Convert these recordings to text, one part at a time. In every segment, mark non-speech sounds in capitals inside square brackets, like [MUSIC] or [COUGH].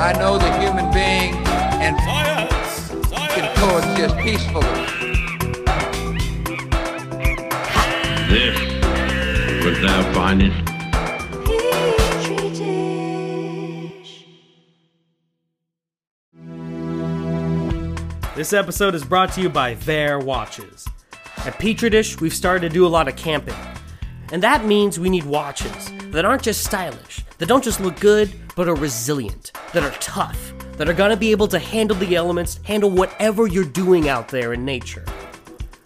I know the human being and Science! can Science! coexist peacefully. This was our finest This episode is brought to you by Their Watches. At Petri Dish, we've started to do a lot of camping. And that means we need watches that aren't just stylish, that don't just look good, but are resilient, that are tough, that are gonna be able to handle the elements, handle whatever you're doing out there in nature.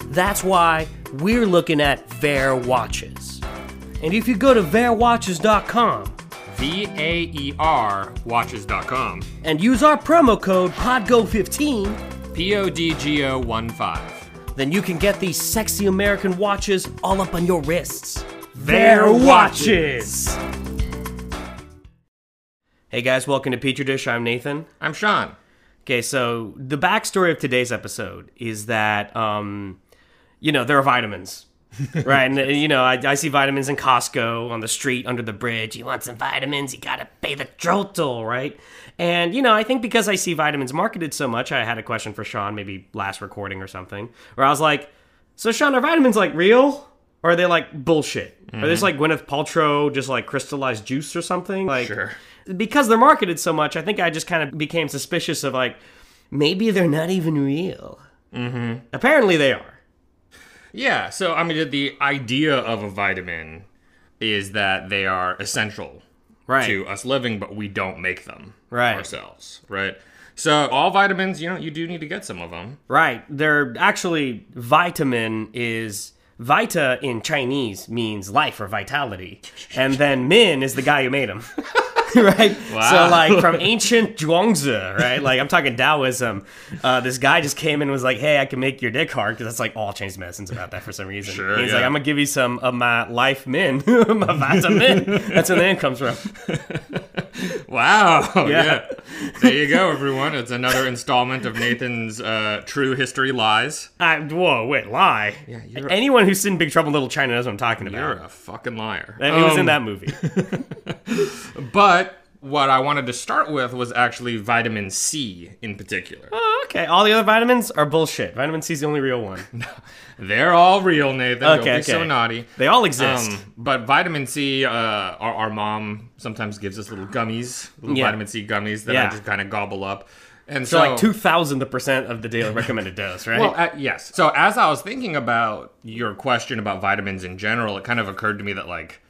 That's why we're looking at Their Watches. And if you go to VairWatches.com V A E R watches.com. and use our promo code PODGO15, P O D G O 1 5. then you can get these sexy American watches all up on your wrists. Their watches! Hey guys, welcome to Petri Dish. I'm Nathan. I'm Sean. Okay, so the backstory of today's episode is that, um, you know, there are vitamins, right? and, uh, you know, I, I see vitamins in Costco on the street under the bridge. You want some vitamins? You gotta pay the troll toll, right? And, you know, I think because I see vitamins marketed so much, I had a question for Sean, maybe last recording or something, where I was like, so Sean, are vitamins like real? Or are they like bullshit? Are they just like Gwyneth Paltrow, just like crystallized juice or something? Like, Sure. because they're marketed so much, I think I just kind of became suspicious of like, maybe they're not even real. Mm-hmm. Apparently they are. Yeah, so I mean, the idea of a vitamin is that they are essential Right. to us living, but we don't make them Right. ourselves, right? So, all vitamins, you know, you do need to get some of them. Right. They're actually vitamin is vita in Chinese means life or vitality, and then min is the guy who made them. [LAUGHS] right? So Wow. like from ancient Zhuangzi, right? Like I'm talking Taoism. Uh, this guy just came in and was like, "Hey, I can make your dick hard," because that's like all Chinese medicine's about that for some reason. Sure, He's yeah. like, "I'm gonna give you some of my life min, [LAUGHS] my vita min." That's where the name comes from. Wow. [LAUGHS] Yeah. Yeah. There you go, everyone. It's another installment of Nathan's uh, True History Lies. I, whoa, wait, lie. you're- Anyone who's seen Big Trouble in Little China knows what I'm talking about. You're a fucking liar. And he was in Um, that movie. But what I wanted to start with was actually vitamin C in particular. Oh, okay. All the other vitamins are bullshit. Vitamin C is the only real one. [LAUGHS] They're all real, Nathan. Don't be Okay, so okay. naughty. They all exist. Um, but vitamin C, uh, our, our mom sometimes gives us little gummies, little Yeah. vitamin C gummies that Yeah. I just kind of gobble up. And so, so, like two thousand the percent of the daily [LAUGHS] recommended dose, right? Well, uh, yes. So as I was thinking about your question about vitamins in general, it kind of occurred to me that like,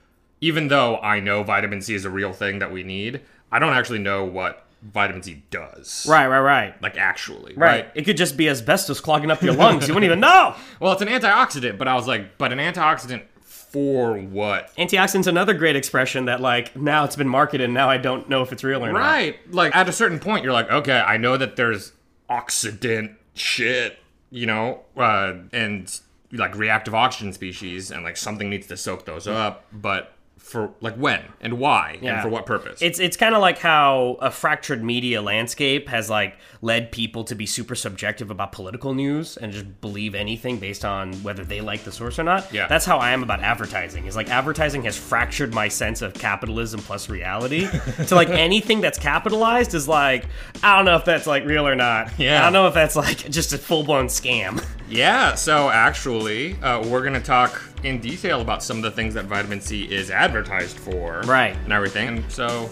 even though I know vitamin C is a real thing that we need, I don't actually know what vitamin C does. right, right, right, Like actually. right. It could just be asbestos clogging up your lungs. You wouldn't [LAUGHS] even know. Well, it's an antioxidant, but I was like, but an antioxidant for what? Antioxidants, another great expression that like now it's been marketed. and Now I don't know if it's real or not. Right. Like at a certain point, you're like, okay, I know that there's oxidant shit, you know, uh, and like reactive oxygen species, and like something needs to soak those up, but for like when and why Yeah. and for what purpose? It's it's kind of like how a fractured media landscape has like led people to be super subjective about political news and just believe anything based on whether they like the source or not. Yeah. that's how I am about advertising. Is like advertising has fractured my sense of capitalism plus [LAUGHS] reality. to like anything that's capitalized is like I don't know if that's like real or not. Yeah. I don't know if that's like just a full blown scam. yeah. So actually, uh, we're gonna talk in detail about some of the things that vitamin C is advertised for, Right. and everything. And so,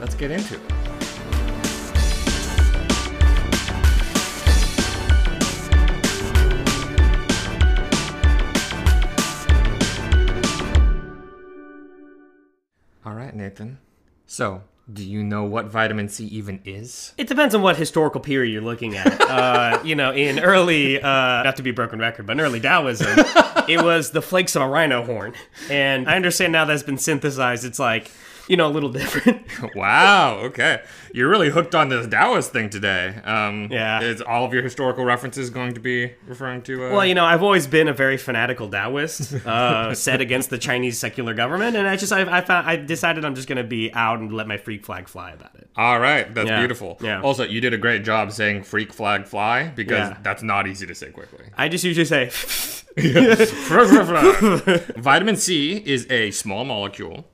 let's get into it. All right, Nathan. So, do you know what vitamin C even is? It depends on what historical period you're looking at. Uh, you know, in early, uh, not to be a broken record, but in early Taoism, it was the flakes of a rhino horn. And I understand now that's been synthesized. It's like you know, a little [LAUGHS] different. Wow. Okay. You're really hooked on this Taoist thing today. Um, Yeah. Is all of your historical references going to be referring to? Uh, Well, you know, I've always been a very fanatical Taoist, uh, set against the Chinese secular government, and I just, I, I found, I decided I'm just gonna be out and let my freak flag fly about it. all right. That's Yeah. beautiful. Yeah. Also, you did a great job saying "freak flag fly" because Yeah. that's not easy to say quickly. [LAUGHS] I just usually say, [LAUGHS] Vitamin C is a small molecule,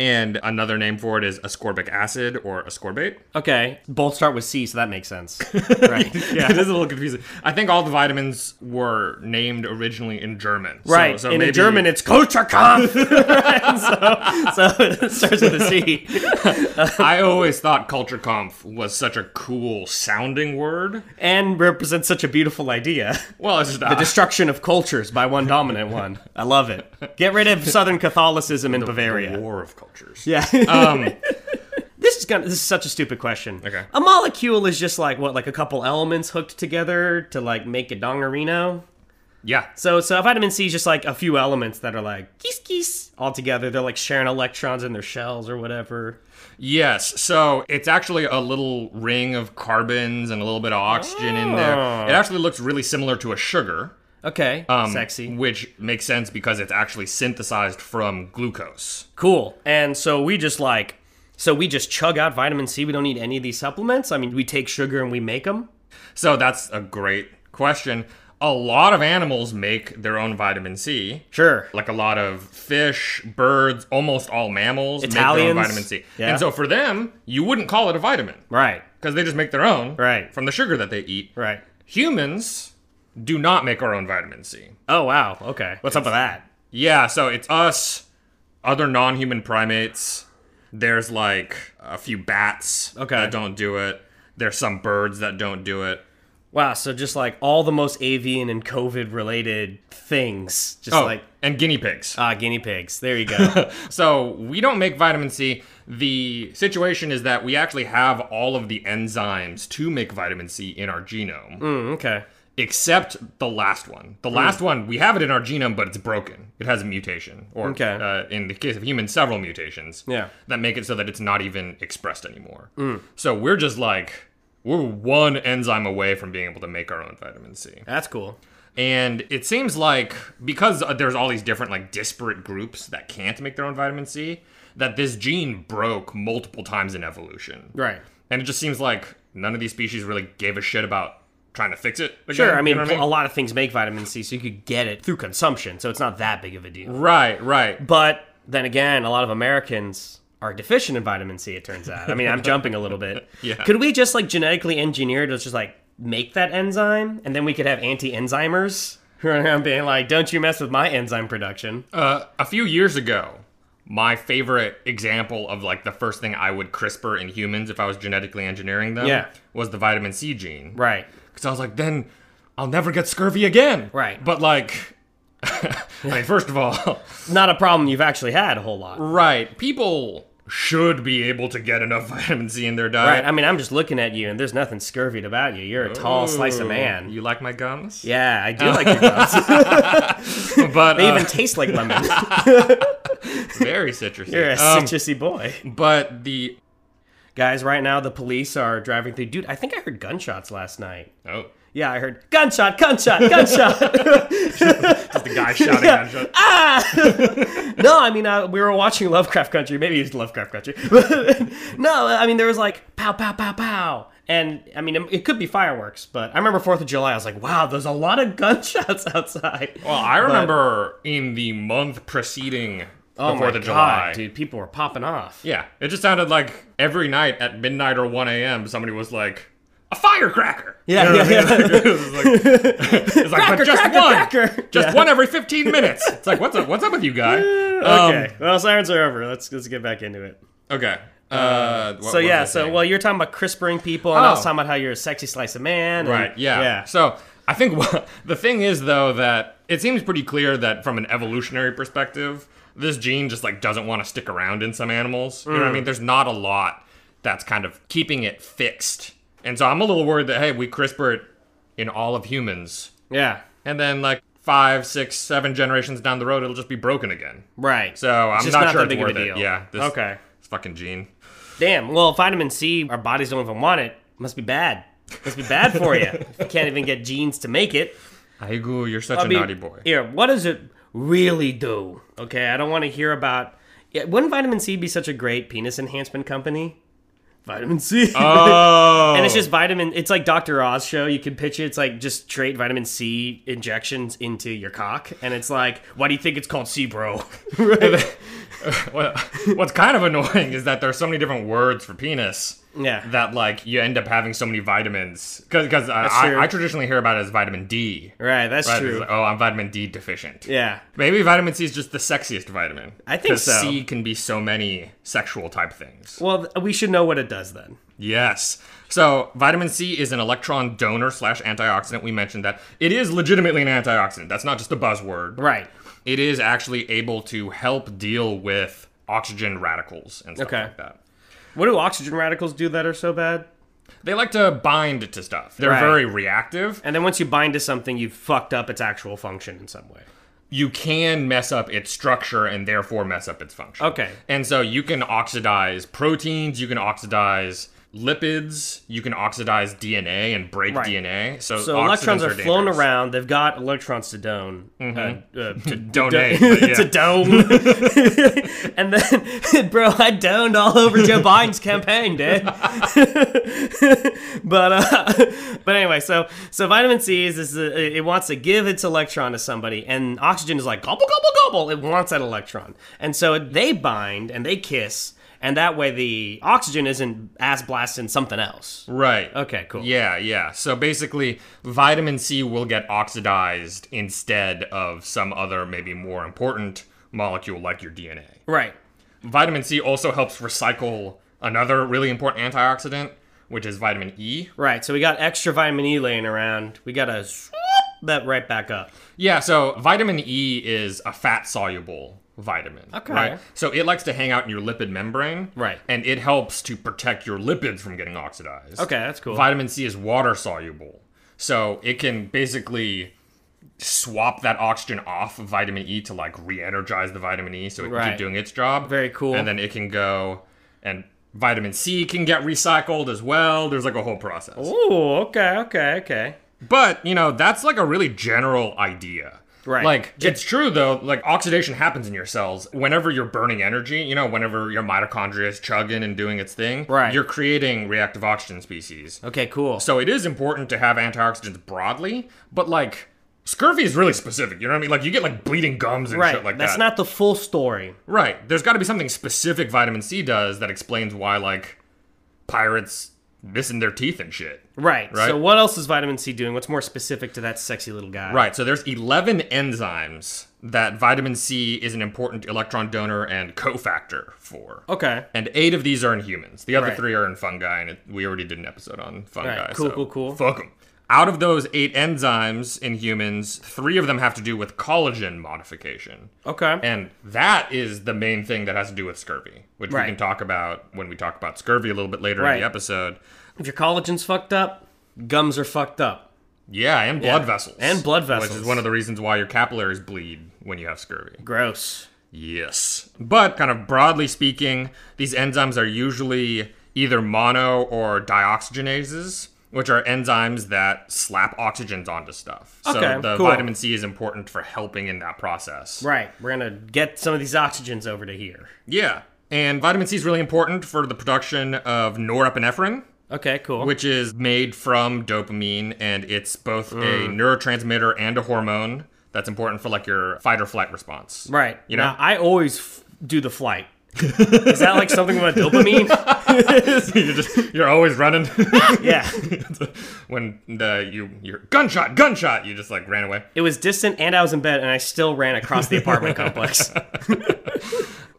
and another name for it is ascorbic acid [LAUGHS] or ascorbate. okay, both start with C, so that makes sense, right? it Yeah. is a [LAUGHS] little confusing. I think all the vitamins were named originally in German. So- Right. So, in maybe, German, it's [LAUGHS] Kochakampf. [LAUGHS] so, so it starts with a C. I always thought Kulturkampf was such a cool sounding word. and represents such a beautiful idea Well, it's just the destruction of cultures by one dominant one i love it get rid of southern catholicism in The bavaria war of cultures. yeah [LAUGHS] Um, this is gonna this is such a stupid question Okay. a molecule is just like what like a couple elements hooked together to like make a dongarino yeah. so so vitamin c is just like a few elements that are like geese geese all together they're like sharing electrons in their shells or whatever Yes. So it's actually a little ring of carbons and a little bit of oxygen in there. Ah. It actually looks really similar to a sugar. okay um, sexy Which makes sense because it's actually synthesized from glucose. Cool. And so we just like, so we just chug out vitamin C. We don't need any of these supplements. I mean, we take sugar and we make them. So that's a great question. A lot of animals make their own vitamin C. Sure. like a lot of fish, birds, almost all mammals make their own Italians. vitamin C. Yeah. And so for them, you wouldn't call it a vitamin Right. because they just make their own Right. from the sugar that they eat. Right. Humans do not make our own vitamin C. Oh wow. Okay. What's up with that? Yeah, so it's us, other non-human primates. There's like a few bats Okay. that don't do it. There's some birds that don't do it. Wow. So just like all the most avian and COVID related things, just Oh, like and guinea pigs. ah guinea pigs. There you [LAUGHS] go. So we don't make vitamin C. The situation is that we actually have all of the enzymes to make vitamin C in our genome, Mm, okay. except the last one. Hmm. The last one, we have it in our genome, but it's broken. It has a mutation, or Okay. uh, in the case of humans, several mutations Yeah. Hmm. that make it so that it's not even expressed anymore. So we're just like, we're one enzyme away from being able to make our own vitamin C. That's cool. And it seems like because uh, there's all these different like disparate groups that can't make their own vitamin C, that this gene broke multiple times in evolution. Right. And it just seems like none of these species really gave a shit about trying to fix it. again, Sure. I you mean, know what a lot of things make vitamin C, so you could get it through consumption. So it's not that big of a deal. Right, right. But then again, a lot of Americans are deficient in vitamin C. It turns out. I mean, [LAUGHS] I'm jumping a little bit. Yeah. Could we just like genetically engineer to just like make that enzyme, and then we could have anti-enzymers who are around being like, "Don't you mess with my enzyme production." Uh, a few years ago, my favorite example of like the first thing I would CRISPR in humans if I was genetically engineering them Yeah. was the vitamin C gene. right. Because I was like, then I'll never get scurvy again. Right. But like, [LAUGHS] I mean, first of all, [LAUGHS] Not a problem you've actually had a whole lot. right, people should be able to get enough vitamin C in their diet. Right. I mean, I'm just looking at you, and there's nothing scurvied about you. You're a tall slice of man. You like my gums? yeah, I do like your gums. [LAUGHS] But They uh, even taste like lemon. [LAUGHS] very citrusy. You're a Um, citrusy boy. But the Guys, right now the police are driving through. Dude, I think I heard gunshots last night. oh, Yeah, I heard gunshot, gunshot, [LAUGHS] gunshot. just the guy shouting [LAUGHS] Yeah. Ah! at each other. [LAUGHS] no, I mean uh, we were watching Lovecraft Country. Maybe it was Lovecraft Country. [LAUGHS] no, uh, I mean there was like pow, pow, pow, pow, and I mean it could be fireworks. But I remember Fourth of July. I was like, wow, there's a lot of [LAUGHS] gunshots outside. Well, I remember in the month preceding Oh the my Fourth of God, July. dude, people were popping off. Yeah, it just sounded like every night at midnight or one a.m. somebody was like. A firecracker. Yeah, You know what yeah, I mean? [LAUGHS] yeah. It was like- It's like, Cracker, but just cracker, one, cracker. just Yeah. one every fifteen minutes. It's like, what's up? What's up with you guy? [LAUGHS] Um, okay, well, sirens are over. Let's let's get back into it. okay. Uh, what so was yeah, I so saying? well, you're talking about CRISPRing people, and I was Oh. talking about how you're a sexy slice of man. and- [LAUGHS] right, yeah. yeah. So I think [LAUGHS] what, the thing is though that it seems pretty clear that from an evolutionary perspective, this gene just like doesn't want to stick around in some animals. You know what Mm. I mean? There's not a lot that's kind of keeping it fixed, and so I'm a little worried that hey, we CRISPR it in all of humans, yeah, and then like five, six, seven generations down the road, it'll just be broken again. right. So I'm It's just not, not sure that it's big of worth a deal. it. Yeah. Okay. It's fucking gene. Damn. Well, vitamin C, our bodies don't even want it. Must be bad. Must be bad for [LAUGHS] you. If you can't even get genes to make it. Aigu, you're such I a mean, naughty boy. Here, what does it really do? Okay, I don't want to hear about. Yeah, wouldn't vitamin C be such a great penis enhancement company? Vitamin C. [LAUGHS] Oh, [LAUGHS] and it's just vitamin. It's like Dr. Oz show. You can pitch it. It's like just straight vitamin C injections into your cock, and it's like, why do you think it's called C, [LAUGHS] bro? What- [LAUGHS] what's kind of annoying is that there's so many different words for penis. Yeah. That like you end up having so many vitamins because I, That's true. I, I traditionally hear about it as vitamin D. right. That's Right, it's true. like, oh, I'm vitamin D deficient. yeah. Maybe vitamin C is just the sexiest vitamin. I think 'Cause so. C can be so many sexual type things. Well, th- we should know what it does then. Yes. So vitamin C is an electron donor slash antioxidant. We mentioned that it is legitimately an antioxidant. That's not just a buzzword. Right. It is actually able to help deal with oxygen radicals and stuff Okay. like that. What do oxygen radicals do that are so bad? They like to bind to stuff. They're Right. very reactive. And then once you bind to something, you've fucked up its actual function in some way. You can mess up its structure and therefore mess up its function. Okay. And so you can oxidize proteins, you can oxidize lipids, you can oxidize DNA and break Right. DNA. So, So electrons oxidants are, flown dangerous. Mm-hmm. around. They've got electrons to dome, uh, uh, to [LAUGHS] Donate. do- but yeah. [LAUGHS] to dome, [LAUGHS] and then, bro, I doned all over Joe Biden's campaign, dude. [LAUGHS] but uh, [LAUGHS] but anyway, so so vitamin C is, is uh it wants to give its electron to somebody, and oxygen is like gobble gobble gobble. It wants that electron, and so they bind and they kiss, and that way the oxygen isn't ass blasting something else. Right. Okay, cool. Yeah, yeah. So basically, vitamin C will get oxidized instead of some other, maybe more important molecule like your DNA. Right. Vitamin C also helps recycle another really important antioxidant, which is vitamin E. Right, so we got extra vitamin E laying around. We got to swoop that right back up. Yeah, so vitamin E is a fat soluble vitamin. Okay. Right? So it likes to hang out in your lipid membrane. Right. And it helps to protect your lipids from getting oxidized. Okay, that's cool. Vitamin C is water soluble. So it can basically swap that oxygen off of vitamin E to like re energize the vitamin E so it can Right. keep doing its job. Very cool. And then it can go and vitamin C can get recycled as well. There's like a whole process. Ooh, okay, okay, okay. But, you know, that's like a really general idea. Right. Like, it's true though, like oxidation happens in your cells. Whenever you're burning energy, you know, whenever your mitochondria is chugging and doing its thing, Right. you're creating reactive oxygen species. Okay, cool. So it is important to have antioxidants broadly, but like scurvy is really specific. You know what I mean? Like you get like bleeding gums and right, shit like that's that. not the full story. right. There's got to be something specific vitamin C does that explains why like pirates missing their teeth and shit. Right. Right. So what else is vitamin C doing? What's more specific to that sexy little guy? Right. So there's 11 enzymes that vitamin C is an important electron donor and cofactor for. Okay. And eight of these are in humans. The other Right. three are in fungi, and it, we already did an episode on fungi. Right, cool, so cool, cool. Fuck 'em. Out of those eight enzymes in humans, three of them have to do with collagen modification. Okay. And that is the main thing that has to do with scurvy, which Right. we can talk about when we talk about scurvy a little bit later in Right. the episode. if your collagen's fucked up, gums are fucked up. Yeah, and blood vessels. And blood Which vessels. is one of the reasons why your capillaries bleed when you have scurvy. Gross. Yes. But kind of broadly speaking, these enzymes are usually either mono or dioxygenases, which are enzymes that slap oxygens onto stuff. Okay, so the cool. vitamin C is important for helping in that process. Right. We're gonna get some of these oxygens over to here. Yeah. And vitamin C is really important for the production of norepinephrine, Okay, cool. which is made from dopamine and it's both a Mm. neurotransmitter and a hormone that's important for like your fight or flight response. Right. You know? Now, I always f- do the flight. is that like something about [LAUGHS] dopamine? you're just [LAUGHS] you're always running. [LAUGHS] yeah. when the you your gunshot gunshot you just like ran away It was distant and I was in bed and I still ran across the apartment [LAUGHS] complex.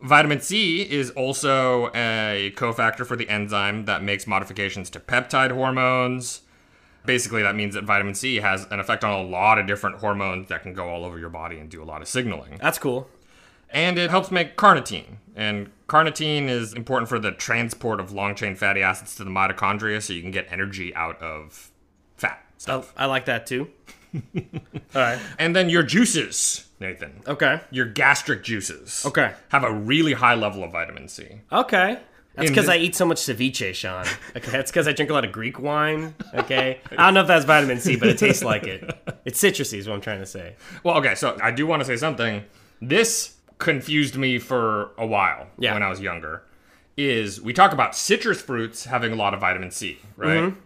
vitamin c is also a cofactor for the enzyme that makes modifications to peptide hormones basically that means that vitamin c has an effect on a lot of different hormones that can go all over your body and do a lot of signaling That's cool. and it helps make carnitine and carnitine is important for the transport of long chain fatty acids to the mitochondria so you can get energy out of fat Oh, stuff [LAUGHS] I like that too. All right. And then your juices. Nathan. Okay. Your gastric juices. Okay. Have a really high level of vitamin C. Okay. That's In because the- I eat so much ceviche, Sean. Okay, that's because I drink a lot of Greek wine. [LAUGHS] Okay, I don't know if that's vitamin C, but it tastes like it. It's citrusy, is what I'm trying to say. Well, okay, so I do want to say something. This confused me for a while Yeah. when I was younger. Is we talk about citrus fruits having a lot of vitamin C, right? Mm-hmm.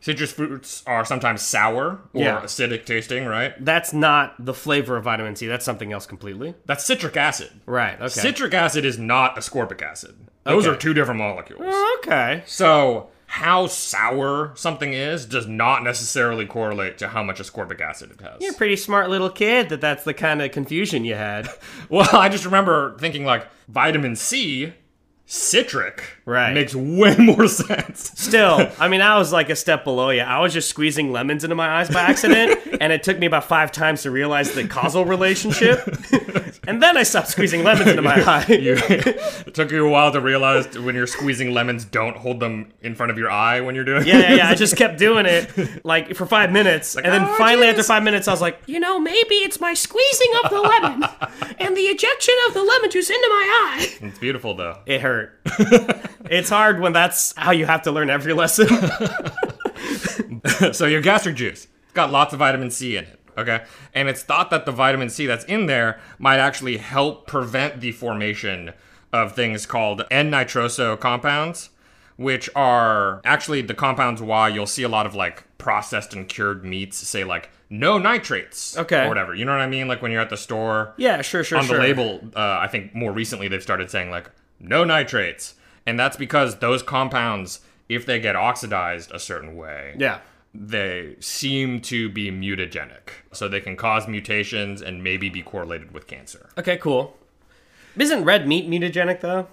Citrus fruits are sometimes sour or Yeah. acidic tasting, right? That's not the flavor of vitamin C. That's something else completely. That's citric acid. Right. Okay. Citric acid is not ascorbic acid. Those Okay. are two different molecules. Okay. So, how sour something is does not necessarily correlate to how much ascorbic acid it has. You're a pretty smart little kid. That that's the kind of confusion you had. [LAUGHS] Well, I just remember thinking like vitamin C, citric, Right. makes way [LAUGHS] more sense. Still, I mean, I was like a step below you. I was just squeezing lemons into my eyes by [LAUGHS] accident, and it took me about five times to realize the causal relationship. and then I stopped squeezing lemons into my eye. You- it took you a while to realize when you're squeezing lemons, don't hold them in front of your eye when you're doing. Yeah, yeah, yeah. I just kept doing it like for five minutes, and then "Oh, finally geez." after five minutes, I was like, you know, maybe it's my squeezing of the [LAUGHS] lemon and the ejection of the lemon juice into my eye. it's beautiful though. It hurt. [LAUGHS] it's hard when that's how you have to learn every [LAUGHS] lesson. so your gastric juice it's got lots of vitamin C in it. Okay, and it's thought that the vitamin C that's in there might actually help prevent the formation of things called N-nitroso compounds, which are actually the compounds why you'll see a lot of like processed and cured meats say like no nitrates, Okay. or whatever. You know what I mean? Like when you're at the store, yeah, sure, sure, on sure. the label, uh, I think more recently they've started saying like no nitrates, and that's because those compounds, if they get oxidized a certain way, Yeah. they seem to be mutagenic. So they can cause mutations and maybe be correlated with cancer. Okay, cool. Isn't red meat mutagenic though?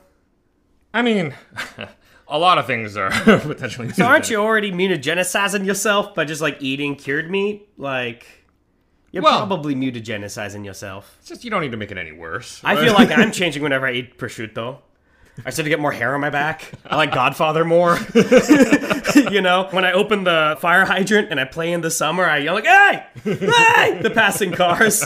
I mean, [LAUGHS] a lot of things are [LAUGHS] potentially. So aren't mutagenic. you already mutagenicizing yourself by just like eating cured meat? Like you're Well- probably mutagenicizing yourself. It's just you don't need to make it any worse. I feel like [LAUGHS] I'm changing whenever I eat prosciutto. I started to get more hair on my back. I like Godfather more. [LAUGHS] you know, when I open the fire hydrant and I play in the summer, I yell like, "Hey, hey!" The passing cars.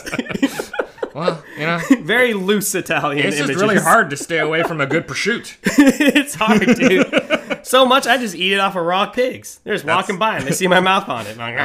[LAUGHS] well, you know, Very loose Italian. it's just images. really hard to stay away from a good prosciutto. [LAUGHS] it's hard, dude. So much I just eat it off of raw pigs. They're just walking by and they see my mouth on it. I'm like,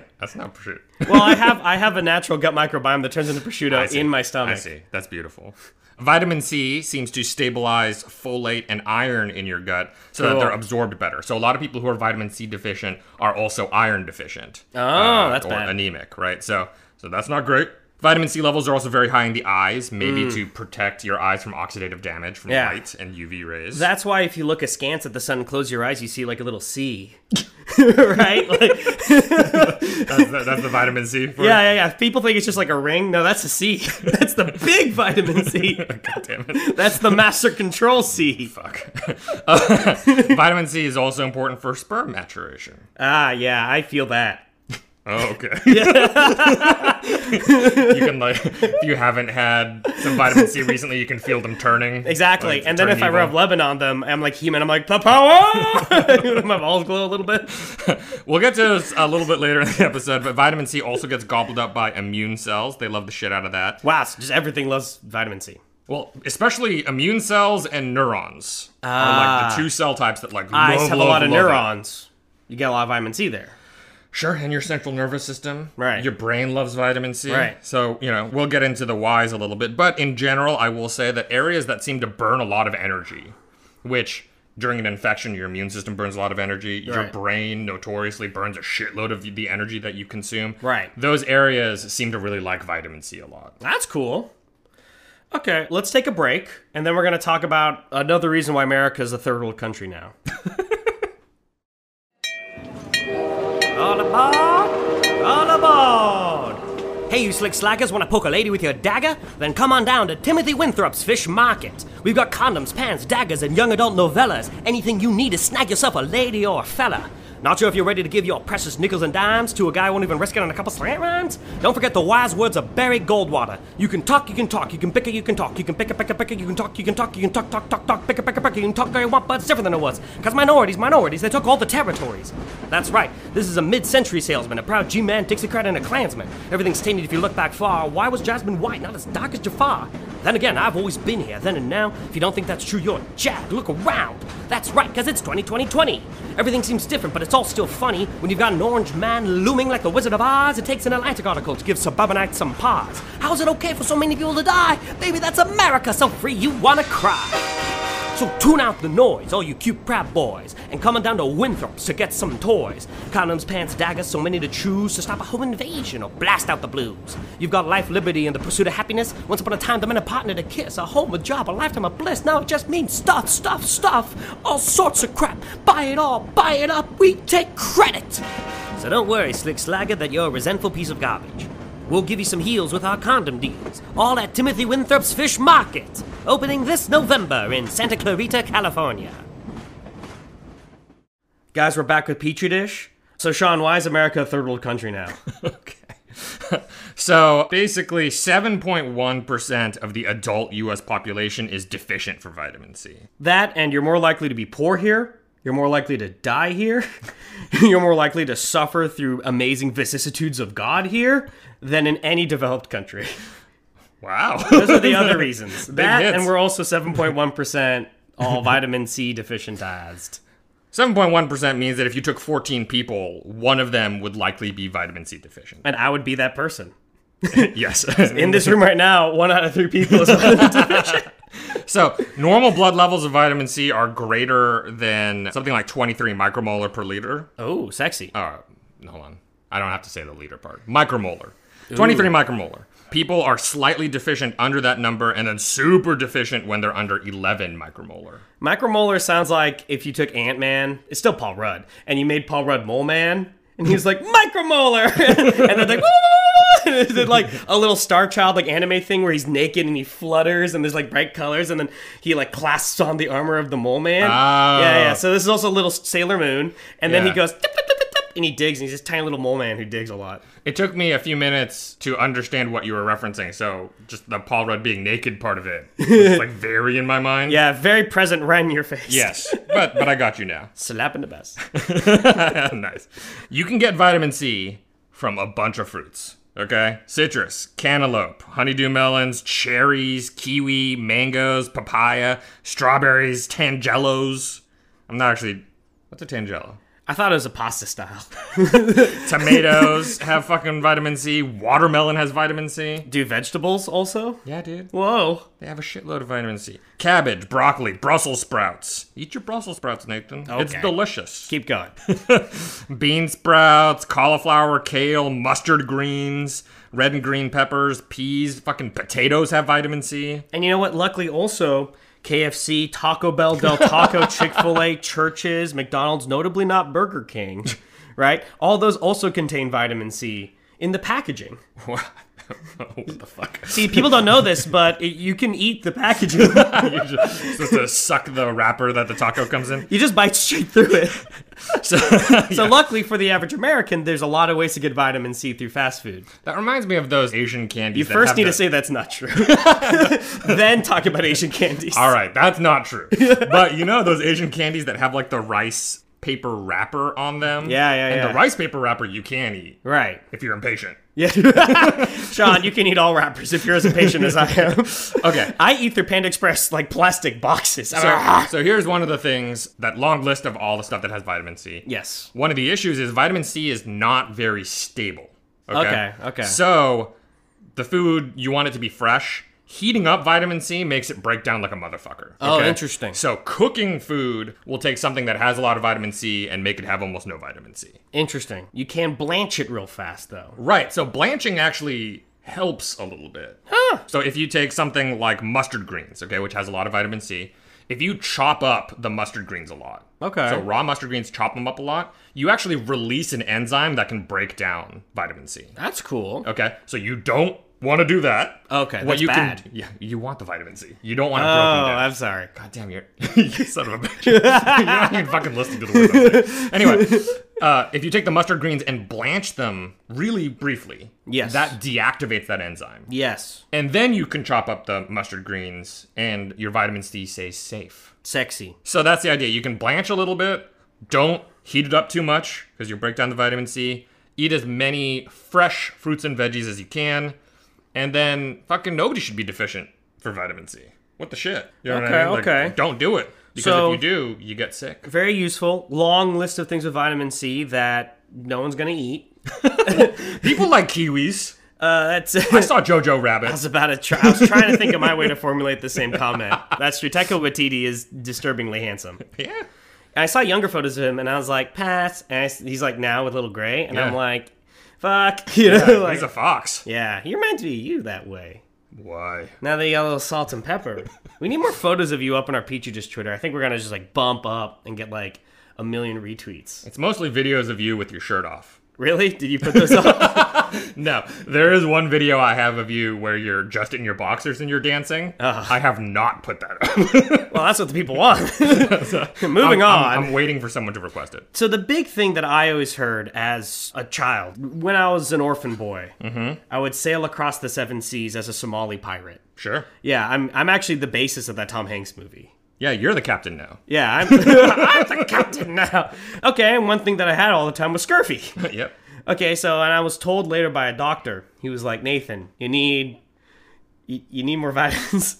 "Ah." That's not prosciutto. [LAUGHS] well, I have I have a natural gut microbiome that turns into I prosciutto see. in my I stomach. see. That's beautiful. Vitamin C seems to stabilize folate and iron in your gut so that Cool. they're absorbed better. So a lot of people who are vitamin C deficient are also iron deficient. Oh, that's or bad. anemic, right? So so that's not great. Vitamin C levels are also very high in the eyes, maybe to protect your eyes from oxidative damage from Mm. Yeah. light and UV rays. That's why if you look askance at the sun and close your eyes, you see like a little C. [LAUGHS] right? Like, [LAUGHS] that's, the, that's the vitamin C. [LAUGHS] For yeah, yeah, yeah. If People think it's just like a ring. No, that's a C. [LAUGHS] That's the big vitamin [LAUGHS] C. Oh, God damn it. That's the master control C. Fuck. [LAUGHS] Uh, [LAUGHS] vitamin C is also important for sperm maturation. Ah, yeah, I feel that. Oh, okay. [LAUGHS] you can like if you haven't had some vitamin C recently, you can feel them turning. Exactly. Like, and then if turn I rub evil. lemon on them, I'm like human. I'm like, the power! [LAUGHS] My balls glow a little bit. [LAUGHS] we'll get to this a little bit later in the episode, but vitamin C also gets gobbled up by immune cells. They love the shit out of that. Wow, so just everything loves vitamin C. Well, especially immune cells and neurons are like the two cell types that like Eyes love, Ah. have a love, lot of love it. neurons. You get a lot of vitamin C there. Sure, and your central nervous system. Right. Your brain loves vitamin C. Right. So, you know, we'll get into the whys a little bit. But in general, I will say that areas that seem to burn a lot of energy, which during an infection, your immune system burns a lot of energy. Your Right. brain notoriously burns a shitload of the energy that you consume. Right. Those areas seem to really like vitamin C a lot. [LAUGHS] That's cool. Okay, let's take a break, and then we're going to talk about another reason why America is a third world country now. [LAUGHS] All aboard! All aboard! Hey, you slick slackers, want to poke a lady with your dagger? Then come on down to Timothy Winthrop's Fish Market. We've got condoms, pants, daggers, and young adult novellas. Anything you need to snag yourself a lady or a fella. Not sure if you're ready to give your precious nickels and dimes to a guy who won't even risk it on a couple slant rhymes? Don't forget the wise words of Barry Goldwater. You can talk, you can talk, you can bicker, you can talk, you can bicker, bicker, bicker, you can talk, you can talk, you can talk, talk, talk, talk, bicker, bicker, bicker, you can talk all you want, but it's different than it was. Because minorities, minorities, they took all the territories. That's right, this is a mid-century salesman, a proud G-man, Dixiecrat, and a Klansman. Everything's tainted if you look back far. Why was Jasmine White not as dark as Jafar? Then again, I've always been here, then and now. If you don't think that's true, you're jacked. Look around. That's right, because it's 2020. Everything seems different, but it's all still funny. When you've got an orange man looming like the Wizard of Oz, it takes an Atlantic article to give suburbanites some pause. How is it okay for so many people to die? Baby, that's America, so free you wanna cry. So tune out the noise, all you cute proud boys, and coming down to Winthrop's to get some toys. Condoms, pants, daggers, so many to choose to stop a home invasion or blast out the blues. You've got life, liberty, and the pursuit of happiness. Once upon a time, the men a partner to kiss, a home, a job, a lifetime of bliss. Now it just means stuff, stuff, stuff, all sorts of crap. Buy it all, buy it up, we take credit. So don't worry, slick slagger, that you're a resentful piece of garbage. We'll give you some heels with our condom deals, all at Timothy Winthrop's Fish Market, opening this November in Santa Clarita, California. Guys, we're back with Petri Dish. So, Sean, why is America a third world country now? So basically, 7.1% of the adult US population is deficient for vitamin C. that, and you're more likely to be poor here, you're more likely to die here, [LAUGHS] you're more likely to suffer through amazing vicissitudes of God here than in any developed country. [LAUGHS] Wow. [LAUGHS] Those are the other [LAUGHS] reasons. that, hits. and we're also 7.1% all vitamin C deficientized. 7.1% means that if you took 14 people, one of them would likely be vitamin C deficient. and I would be that person. Yes. [LAUGHS] In this room right now, one out of three people [LAUGHS] is deficient. [LAUGHS] so, normal blood levels of vitamin C are greater than something like 23 micromolar per liter. Oh, sexy. Uh, hold on. I don't have to say the liter part. Micromolar. 23 micromolar. People are slightly deficient under that number and then super deficient when they're under 11 micromolar. Micromolar sounds like if you took Ant Man, it's still Paul Rudd, and you made Paul Rudd Mole Man, and he was like, Micromolar! [LAUGHS] and they're like, "Woo!" [LAUGHS] and it's like a little Star Child like anime thing where he's naked and he flutters and there's like bright colors and then he like clasps on the armor of the mole man. Ah. Yeah, yeah. So this is also a little Sailor Moon, and then he Yeah. goes "Tip, tip, tip, tip, tip," and he digs and he's this tiny little mole man who digs a lot. It took me a few minutes to understand what you were referencing. So, just the Paul Rudd being naked part of it [LAUGHS] was like very in my mind. Yeah, very present right in your face. Yes, but but I got you now. [LAUGHS] Slapping the best. nice. You can get vitamin C from a bunch of fruits. Okay? Citrus, cantaloupe, honeydew melons, cherries, kiwi, mangoes, papaya, strawberries, tangelos. I'm not actually. What's a tangelo? I thought it was a pasta style. [LAUGHS] Tomatoes have fucking vitamin C. Watermelon has vitamin C. Do vegetables also? Yeah, dude. Whoa. They have a shitload of vitamin C. Cabbage, broccoli, Brussels sprouts. Eat your Brussels sprouts, Nathan. It's Okay. delicious. Keep going. bean sprouts, cauliflower, kale, mustard greens, red and green peppers, peas, fucking potatoes have vitamin C. and you know what? Luckily, also, KFC, Taco Bell, Del [LAUGHS] Taco, Chick fil A, churches, McDonald's, notably not Burger [LAUGHS] King, right? All those also contain vitamin C in the packaging. [LAUGHS] what the fuck? [LAUGHS] See, people don't know this, but it, you can eat the packaging. [LAUGHS] You're just supposed to suck the wrapper that the taco comes in. you just bite straight through it. [LAUGHS] So, So, luckily for the average American, there's a lot of ways to get vitamin C through fast food. that reminds me of those Asian candies. You that first have need the- to say that's not true. [LAUGHS] [LAUGHS] then talk about Asian candies. All right, that's not [LAUGHS] true. but you know those Asian candies that have like the rice paper wrapper on them. Yeah, yeah, And yeah. the rice paper wrapper you can eat Right. if you're impatient. Yeah. Sean, you can eat all wrappers if you're as impatient as I [LAUGHS] am. Okay. I eat through Panda Express like plastic boxes. [LAUGHS] Ah! So, so here's one of the things that long list of all the stuff that has vitamin C. yes. One of the issues is vitamin C is not very stable. Okay, okay. So the food you want it to be fresh. Heating up vitamin C makes it break down like a motherfucker. Oh, okay? interesting. So cooking food will take something that has a lot of vitamin C and make it have almost no vitamin C. Interesting. You can blanch it real fast though. Right. So blanching actually helps a little bit. So if you take something like mustard greens, okay, which has a lot of vitamin C, if you chop up the mustard greens a lot, Okay. so raw mustard greens, chop them up a lot, you actually release an enzyme that can break down vitamin C. That's cool. Okay. So you don't want to do that. Okay, What that's you bad. can yeah, you want the vitamin C. You don't want Oh, it broken down. I'm sorry. God damn, you're [LAUGHS] you son of a bitch. you're not even fucking listening to the words. I'm saying. Anyway, uh, if you take the mustard greens and blanch them really briefly, Yes. that deactivates that enzyme, Yes. and then you can chop up the mustard greens, and your vitamin C stays safe. Sexy. So that's the idea. You can blanch a little bit. Don't heat it up too much because you break down the vitamin C. Eat as many fresh fruits and veggies as you can, and then fucking nobody should be deficient for vitamin C. What the shit? You know what I Okay, mean? Like, okay. don't do it because So- if you do, you get sick. Very useful. Long list of things with vitamin C that no one's gonna eat. People like kiwis. Uh, that's. I saw [LAUGHS] Jojo I was Rabbit. about to try. I was trying to think of my way to formulate the same comment. That's true. Taika Waititi is disturbingly handsome. Yeah. I saw younger photos of him, and I was like, pass. And I s he's like now with little gray, and I'm Yeah. like, [LAUGHS] fuck. You [LAUGHS] know, [LAUGHS] like, He's a fox. yeah, you're meant to be you that way. Why? Now that you got a little salt and [LAUGHS] pepper, we need more photos of you up on our Peachy Just Twitter. I think we're gonna just like bump up and get like a million retweets. It's mostly videos of you with your shirt off. Really? Did you put those [LAUGHS] up? No, there is one video I have of you where you're just in your boxers and you're dancing. Uh-huh. I have not [LAUGHS] put that up. well, that's what the people want. [LAUGHS] [LAUGHS] Moving I'm- on. I'm, I'm waiting for someone to request it. So the big thing that I always heard as a child, when I was an orphan boy, Mm-hmm. I would sail across the seven seas as a Somali pirate. Sure. Yeah, I'm I'm actually the basis of that Tom Hanks movie. Yeah, you're the captain now. Yeah, I'm, [LAUGHS] I'm the captain now. Okay, and one thing that I had all the time was [LAUGHS] scurvy. [LAUGHS] yep. Okay, so and I was told later by a doctor, he was like, Nathan, you need you, you need more vitamins.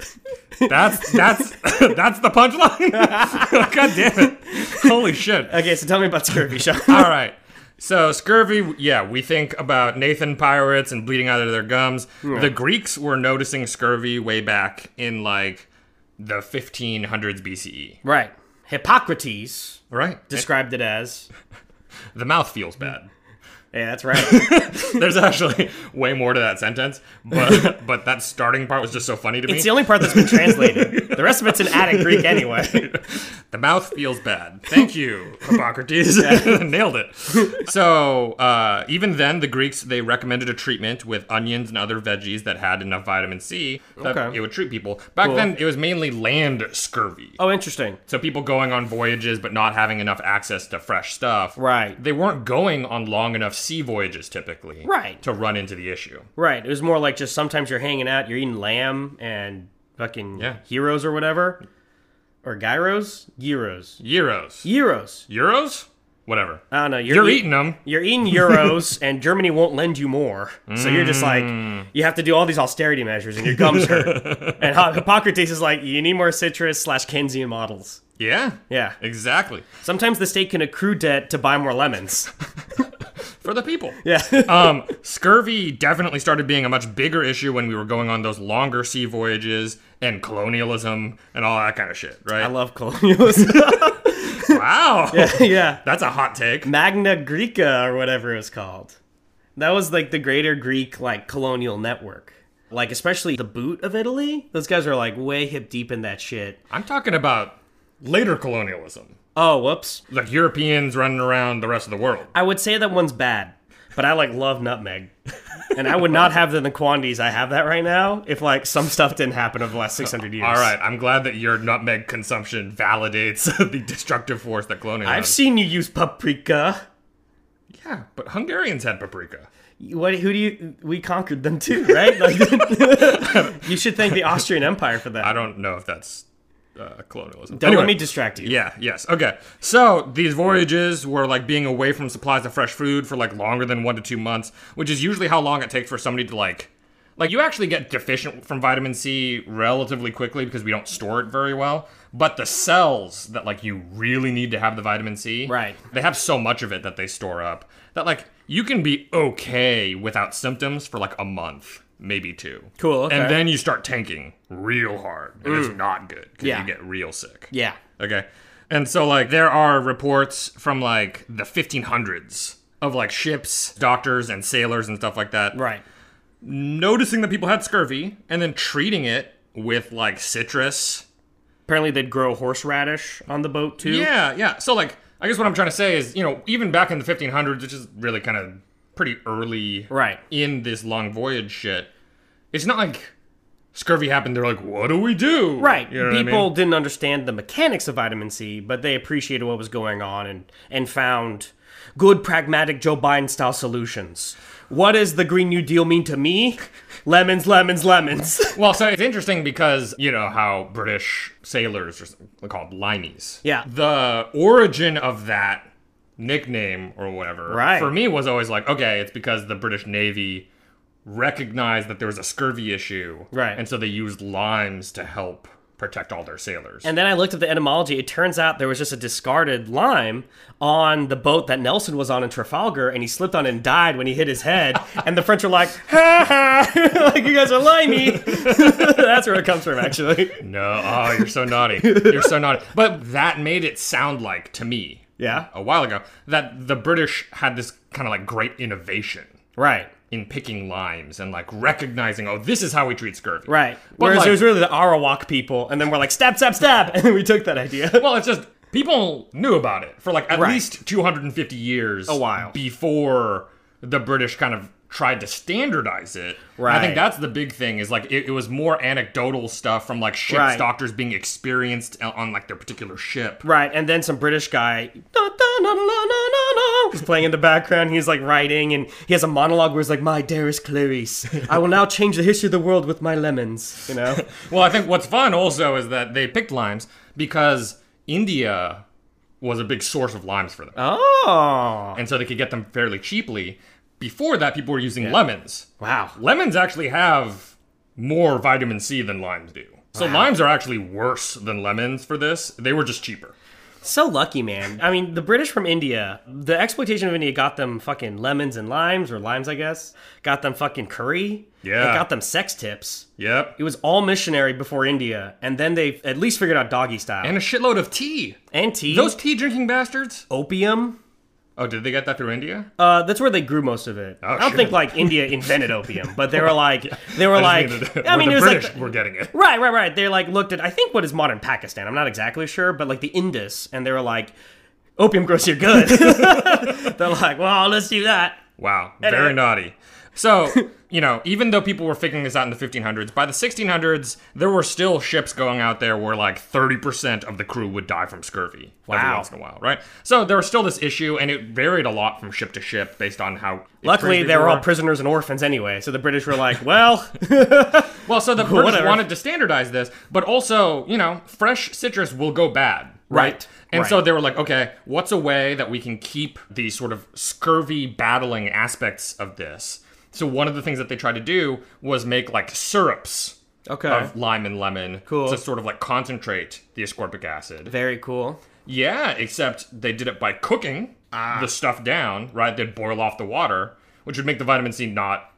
That's that's [LAUGHS] that's the punchline. [LAUGHS] God damn it! Holy shit! [LAUGHS] okay, so tell me about scurvy, Sean. [LAUGHS] All right. So scurvy, yeah, we think about Nathan pirates and bleeding out of their gums. The Greeks were noticing scurvy way back in like the 1500s BCE. right. Hippocrates Right. described it as the mouth feels bad. Yeah, that's right. There's actually [LAUGHS] way more to that sentence, [LAUGHS] but but that starting part was just so funny to me. It's the only part that's been translated. The rest of it's in Attic Greek anyway. The mouth feels bad. Thank you, [LAUGHS] Hippocrates. [LAUGHS] Nailed it. So, uh, even then, the Greeks they recommended a treatment with onions and other veggies that had enough vitamin C that Okay. it would treat people. Back then, it was mainly land scurvy. Oh, interesting. So people going on voyages but not having enough access to fresh stuff. Right. They weren't going on long enough sea voyages typically. Right. To run into the issue. Right. It was more like just sometimes you're hanging out, you're eating lamb and fucking Yeah. heroes or whatever. Or gyros? Gyros. Euros. Gyros. Euros? Whatever. I don't know. Uh, You're, You're eat- eating them. You're eating [LAUGHS] euros, and Germany won't lend you more. So you're just like, Mm. you have to do all these austerity measures, and your gums hurt. [LAUGHS] and Hi- Hippocrates is like, you need more citrus slash Keynesian models. Yeah. Yeah. Exactly. Sometimes the state can accrue debt to buy more lemons. [LAUGHS] For the people. Yeah. [LAUGHS] um, scurvy definitely started being a much bigger issue when we were going on those longer sea voyages and colonialism and all that kind of shit, right? I love colonialism. [LAUGHS] wow. yeah. [LAUGHS] That's a hot take. Magna Graeca or whatever it was called. That was like the greater Greek like colonial network. Like especially the boot of Italy. Those guys are like way hip deep in that shit. I'm talking about later colonialism. Oh, whoops. Like Europeans running around the rest of the world. I would say that one's bad, but I like love nutmeg. And I would not have the, the quantities I have that right now if like some stuff didn't happen over the last 600 years. All right, I'm glad that your nutmeg consumption validates [LAUGHS] the destructive force that colonialism. I've seen you use paprika. Yeah, but Hungarians had paprika. What, who do you? We conquered them too, right? Like, [LAUGHS] you should thank the Austrian Empire for that. I don't know if that's uh, colonialism. Don't let Anyway. me distract you. Yeah, yes. Okay. So these voyages were like being away from supplies of fresh food for like longer than one to two months, which is usually how long it takes for somebody to like. Like, you actually get deficient from vitamin C relatively quickly because we don't store it very well. But the cells that, like, you really need to have the vitamin C, Right. They have so much of it that they store up that, like, you can be okay without symptoms for like a month, maybe two. Cool, okay. Mm. And then you start tanking real hard, and it's not good because Yeah. you get real sick. Yeah. Okay. And so like there are reports from like the 1500s of like ships, doctors and sailors and stuff like that Right. noticing that people had scurvy and then treating it with like citrus. Apparently, they'd grow horseradish on the boat too. Yeah, yeah. So like I guess what I'm trying to say is, you know, even back in the 1500s, which is really kind of pretty early Right. in this long voyage shit, It's not like scurvy happened. They're like, what do we do? Right. You know what I People mean? didn't understand the mechanics of vitamin C, but they appreciated what was going on and, and found good, pragmatic Joe Biden style solutions. What does the Green New Deal mean to me? [LAUGHS] lemons, lemons, lemons. [LAUGHS] Well, so it's interesting because you know how British sailors are s- they're called limeys. Yeah. The origin of that nickname or whatever, Right. for me was always like, okay, it's because the British Navy recognized that there was a scurvy issue, Right. And so they used limes to help protect all their sailors. and then I looked at the etymology. It turns out there was just a discarded lime on the boat that Nelson was on in Trafalgar, and he slipped on it and died when he hit his head. [LAUGHS] and the French were like, ha ha, [LAUGHS] like you guys are limey. [LAUGHS] That's where it comes from, actually. [LAUGHS] no, oh, you're so naughty. You're so naughty. But that made it sound like to me. Yeah. A while ago, that the British had this kind of like great innovation Right. in picking limes and like recognizing, oh, this is how we treat scurvy. Right. But Whereas like- it was really the Arawak people, and then we're like, stab, stab, stab. [LAUGHS] And then we took that idea. Well, it's just people knew about it for like at Right. least 250 years. A while. Before the British kind of tried to standardize it. And I Right. think that's the big thing is like it, it was more anecdotal stuff from like ship's Right. doctors being experienced on- on like their particular ship. Right. And then some British guy "Da, da, na, na, na, na, na," was playing in the background. He's like writing, and he has a monologue where he's like, My dearest Clarice, I will now change the history of the world with my lemons. You [LAUGHS] know? Well, I think what's fun also is that they picked limes because India was a big source of limes for them. Oh. and so they could get them fairly cheaply. Before that, people were using lemons. Wow. Lemons actually have more vitamin C than limes do. So limes are actually worse than lemons for this. They were just cheaper. So lucky, man. I mean, the British from India, the exploitation of India got them fucking lemons and limes, or limes, I guess. Got them fucking curry. Yeah. It got them sex tips. Yep. It was all missionary before India, and then they at least figured out doggy style And a shitload of tea. and tea, Those tea drinking bastards. opium. Oh, did they get that through India? Uh, that's where they grew most of it. I don't Oh, shit. think like India invented opium, but they were [LAUGHS] like they were I like just mean that- I mean it the was British like [LAUGHS] were getting it. right right right. They like looked at I think what is modern Pakistan. I'm not exactly sure, but like the Indus, and they were like opium grows you good. [LAUGHS] They're like, well, let's do that. Wow, very naughty. [LAUGHS] So, you know, even though people were figuring this out in the 1500s, by the 1600s, there were still ships going out there where like 30% of the crew would die from scurvy every Wow. once in a while, right? So there was still this issue, and it varied a lot from ship to ship based on how. Luckily, infringed they were all were. prisoners and orphans anyway, so the British were like, well, [LAUGHS] Well, so the British Whatever. wanted to standardize this, but also, you know, fresh citrus will go bad. Right. Right. And so Right. they were like, okay, what's a way that we can keep the sort of scurvy battling aspects of this? So one of the things that they tried to do was make like syrups okay, of lime and lemon Cool. to sort of like concentrate the ascorbic acid. very cool. Yeah, except they did it by cooking Ah. the stuff down, right? They'd boil off the water, which would make the vitamin C not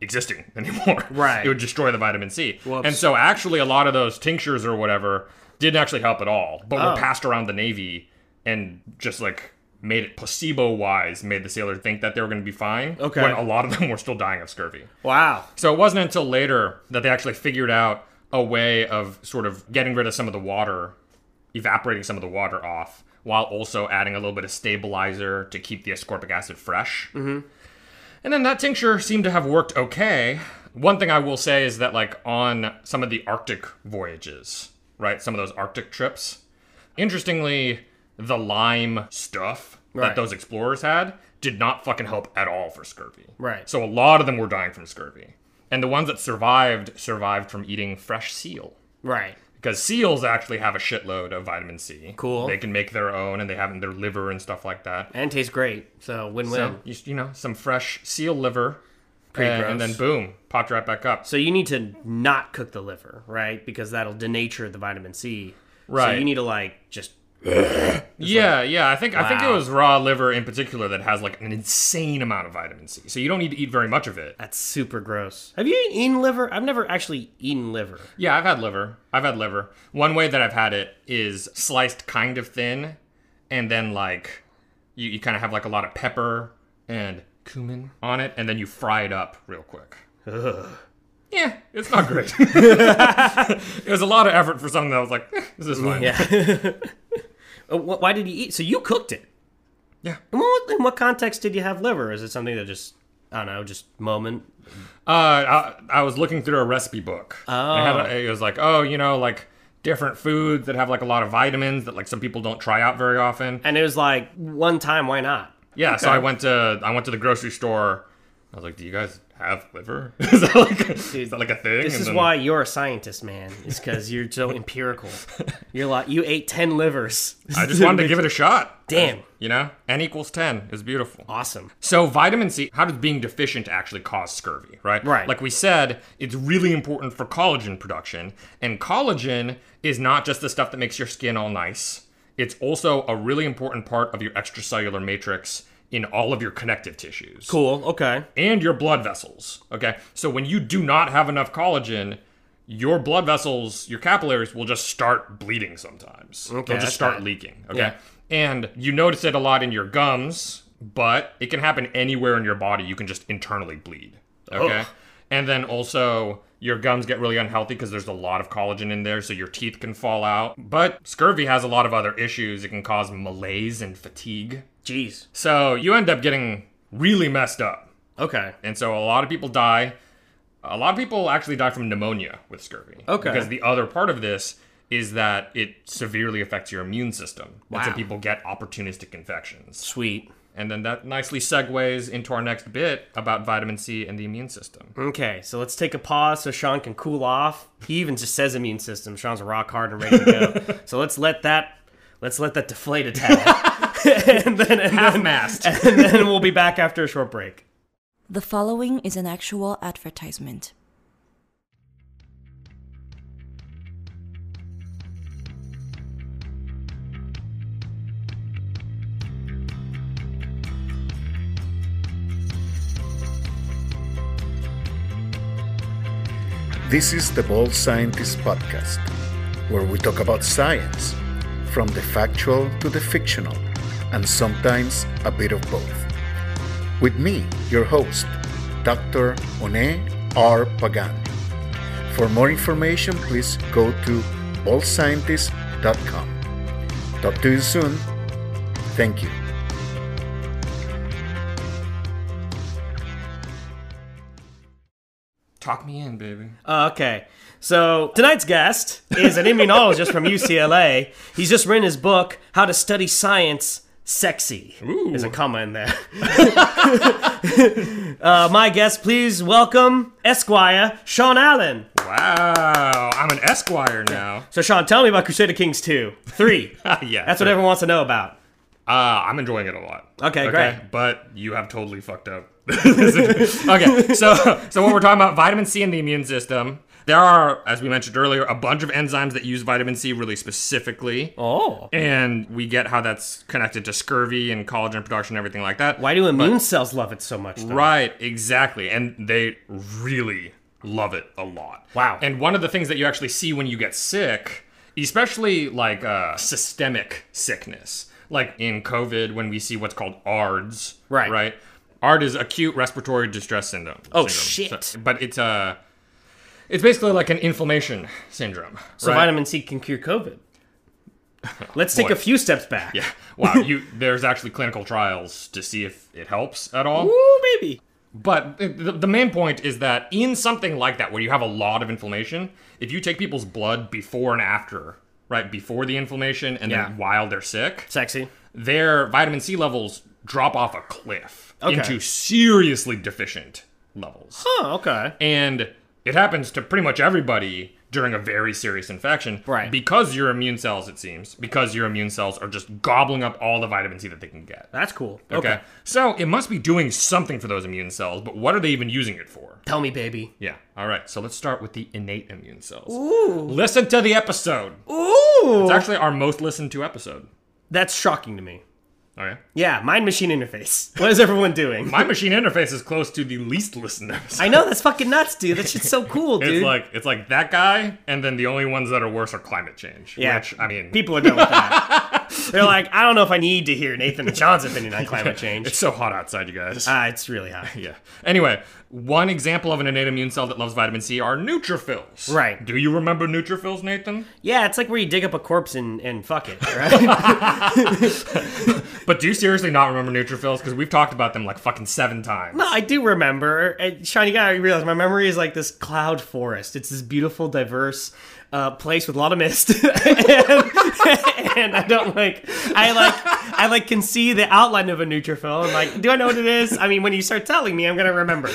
existing [LAUGHS] anymore. Right. It would destroy the vitamin C. Whoops. And so actually a lot of those tinctures or whatever didn't actually help at all, but Oh. were passed around the navy and just like made it placebo wise made the sailors think that they were going to be fine Okay. when a lot of them were still dying of scurvy. Wow. So it wasn't until later that they actually figured out a way of sort of getting rid of some of the water, evaporating some of the water off, while also adding a little bit of stabilizer to keep the ascorbic acid fresh. Mm-hmm. And then that tincture seemed to have worked okay. One thing I will say is that, like, on some of the Arctic voyages, right, some of those Arctic trips, interestingly, the lime stuff that Right. those explorers had did not fucking help at all for scurvy. Right. So a lot of them were dying from scurvy. And the ones that survived survived from eating fresh seal. Right. Because seals actually have a shitload of vitamin C. Cool. They can make their own and they have it in their liver and stuff like that. And tastes great, so win-win. So, you, you know, some fresh seal liver. Pretty and, gross. and then boom, popped right back up. So you need to not cook the liver, right? Because that'll denature the vitamin C. Right. So you need to like just yeah, yeah. I think I think it Wow. was raw liver in particular that has like an insane amount of vitamin C. So you don't need to eat very much of it. that's super gross. Have you eaten liver? I've never actually eaten liver. Yeah, I've had liver. I've had liver. One way that I've had it is sliced kind of thin, and then like you, you kind of have like a lot of pepper and cumin on it, and then you fry it up real quick. Yeah, it's not great. [LAUGHS] it was a lot of effort for something that was like, eh, this is fine. Yeah. [LAUGHS] Uh, wh- Why did you eat? So you cooked it. Yeah. In what, in what context did you have liver? Is it something that just I don't know, just moment. Uh, I, I was looking through a recipe book. Oh. it was like, oh, you know, like different foods that have like a lot of vitamins that like some people don't try out very often. And it was like one time, why not? Yeah, so I went to I went to the grocery store. I was like, "Do you guys have liver? [LAUGHS] is, that like, is that like a thing?" This And is then- why you're a scientist, man. Is because you're [LAUGHS] so empirical. You're like you ate ten livers. [LAUGHS] I just wanted to give it a shot. Damn. You know, n equals ten is beautiful. Awesome. So vitamin C, how does being deficient actually cause scurvy, right? Right. Like we said, it's really important for collagen production, and collagen is not just the stuff that makes your skin all nice. It's also a really important part of your extracellular matrix in all of your connective tissues. Cool. Okay. and your blood vessels. Okay. So when you do not have enough collagen, your blood vessels, your capillaries will just start bleeding sometimes. They'll that's just start bad. leaking. Okay. Yeah. And you notice it a lot in your gums, but it can happen anywhere in your body. You can just internally bleed. Okay. Ugh. And then also your gums get really unhealthy because there's a lot of collagen in there, so your teeth can fall out. But scurvy has a lot of other issues. It can cause malaise and fatigue. Jeez. So you end up getting really messed up. Okay. And so a lot of people die. A lot of people actually die from pneumonia with scurvy. Okay. Because the other part of this is that it severely affects your immune system. And so Wow. people get opportunistic infections. Sweet. And then that nicely segues into our next bit about vitamin C and the immune system. Okay, so let's take a pause so Sean can cool off. He even just says immune system. Sean's rock hard and ready to [LAUGHS] go. so let's let that let's let that deflate a [LAUGHS] tad. and then and Half then, mast. and then we'll be back after a short break. The following is an actual advertisement. This is the Bold Scientist Podcast, where we talk about science, from the factual to the fictional, and sometimes a bit of both. With me, your host, Dr. One R. Pagan. For more information, please go to boldscientist.com. Talk to you soon. Thank you. Talk me in, baby. Uh, okay. So tonight's guest is an immunologist from UCLA. He's just written his book, How to Study Science Sexy. There's a comma in there. [LAUGHS] uh, my guest, please welcome Esquire Sean Allen. Wow. I'm an Esquire now. So, Sean, tell me about Crusader Kings 2, 3. [LAUGHS] yeah. That's what everyone wants to know about. Uh, I'm enjoying it a lot. Okay, great. But you have totally fucked up. [LAUGHS] okay, so so what we're talking about vitamin C in the immune system. There are, as we mentioned earlier, a bunch of enzymes that use vitamin C really specifically. Oh. And we get how that's connected to scurvy and collagen production and everything like that. Why do immune cells love it so much? Though? Right, exactly. And they really love it a lot. Wow. And one of the things that you actually see when you get sick, especially like uh, systemic sickness, like in COVID, when we see what's called ARDS. Right. Right. ARD is acute respiratory distress syndrome. Oh, syndrome. shit. So- but it's Uh, it's basically like an inflammation syndrome. So right? vitamin C can cure [LAUGHS] COVID. Let's take Boy. a few steps back. Yeah. Wow. you there's actually clinical trials to see if it helps at all. Ooh, baby. But the, the main point is that in something like that, where you have a lot of inflammation, if you take people's blood before and after, right, before the inflammation and Yeah. then while they're sick, Sexy. their vitamin C levels drop off a cliff Okay. into seriously deficient levels. Oh, okay. And it happens to pretty much everybody during a very serious infection. Right. Because your immune cells, it seems, because your immune cells are just gobbling up all the vitamin C that they can get. That's cool. Okay. So it must be doing something for those immune cells, but what are they even using it for? Tell me, baby. Yeah. All right. So let's start with the innate immune cells. Ooh. Listen to the episode. Ooh. It's actually our most listened to episode. That's shocking to me. Oh yeah. Yeah, mind machine interface. [LAUGHS] What is everyone doing? My machine interface is close to the least listened episode. I know that's fucking nuts, dude. That shit's so cool, dude. [LAUGHS] It's like it's like that guy, and then the only ones that are worse are climate change. yeah. Which I mean, people are done with that. [LAUGHS] They're like, I don't know if I need to hear Nathan and Sean's opinion on climate It's change. so hot outside, you guys. Uh, it's really hot. [LAUGHS] yeah. Anyway, one example of an innate immune cell that loves vitamin C are neutrophils. Right. Do you remember neutrophils, Nathan? Yeah, it's like where you dig up a corpse and, and fuck [LAUGHS] it, right? But do you seriously not remember neutrophils? Because we've talked about them like fucking seven times. no, I do remember. And Sean, you gotta realize my memory is like this cloud forest. It's this beautiful, diverse uh, place with a lot of mist, [LAUGHS] and, and I don't like. I like. I like can see the outline of a neutrophil. I'm like, do I know what it is? I mean, when you start telling me, I'm gonna remember.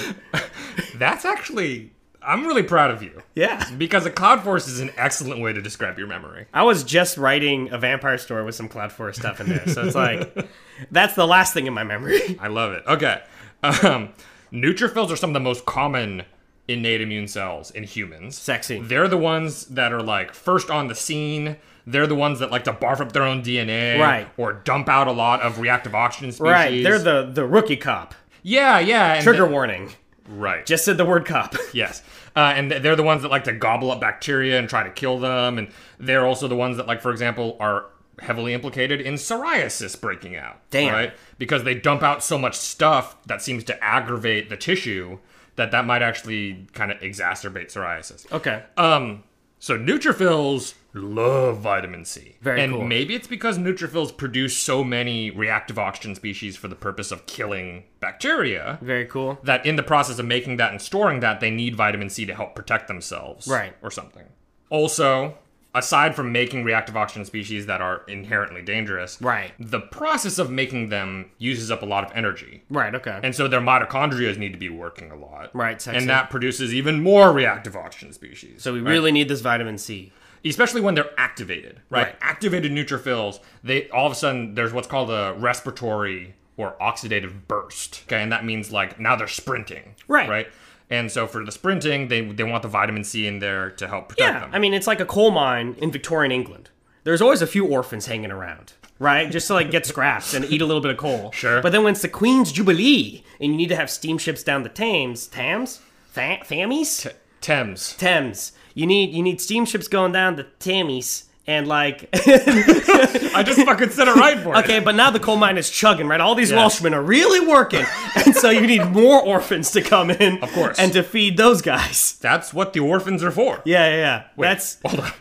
That's actually, I'm really proud of you. Yeah. Because a cloud force is an excellent way to describe your memory. I was just writing a vampire story with some Cloud Forest stuff in there, so it's like that's the last thing in my [LAUGHS] memory. I love it. Okay. Um, neutrophils are some of the most common innate immune cells in humans. Sexy. They're the ones that are like first on the scene. They're the ones that like to barf up their own DNA. Right. Or dump out a lot of reactive oxygen species. Right, they're the the rookie cop. Yeah, yeah. and Trigger they- warning. Right. Just said the word [LAUGHS] cop. Yes. Uh, and th- they're the ones that like to gobble up bacteria and try to kill them. And they're also the ones that, like, for example, are heavily implicated in psoriasis breaking out. Damn. Right? Because they dump out so much stuff that seems to aggravate the tissue that that might actually kind of exacerbate psoriasis. Okay. Um, so neutrophils love vitamin C. Very and cool. maybe it's because neutrophils produce so many reactive oxygen species for the purpose of killing bacteria Very cool. that in the process of making that and storing that, they need vitamin C to help protect themselves. Right. Or something. Also, aside from making reactive oxygen species that are inherently dangerous, Right. the process of making them uses up a lot of energy. Right, okay. And so their mitochondria need to be working a lot. Right, sexy. And that produces even more reactive oxygen species. so we right? really need this vitamin C. especially when they're activated, right? Right. Activated neutrophils, they all of a sudden there's what's called a respiratory or oxidative burst. Okay, and that means like now they're sprinting, Right. Right. And so for the sprinting, they they want the vitamin C in there to help protect Yeah, them. I mean it's like a coal mine in Victorian England. There's always a few orphans hanging around, right? Just to like get scraps and eat a little bit of coal. Sure. But then when it's the Queen's Jubilee and you need to have steamships down the Thames, Thames, Tha- Thammies, Thames. Thames. You need you need steamships going down the Thames and like I just fucking said it right for [LAUGHS] okay, but now the coal mine is chugging, right? All these Yeah. Welshmen are really [LAUGHS] working, and so you need more orphans to come in, of course. and to feed those guys. That's what the orphans are for. Yeah, yeah, yeah. That's Hold on.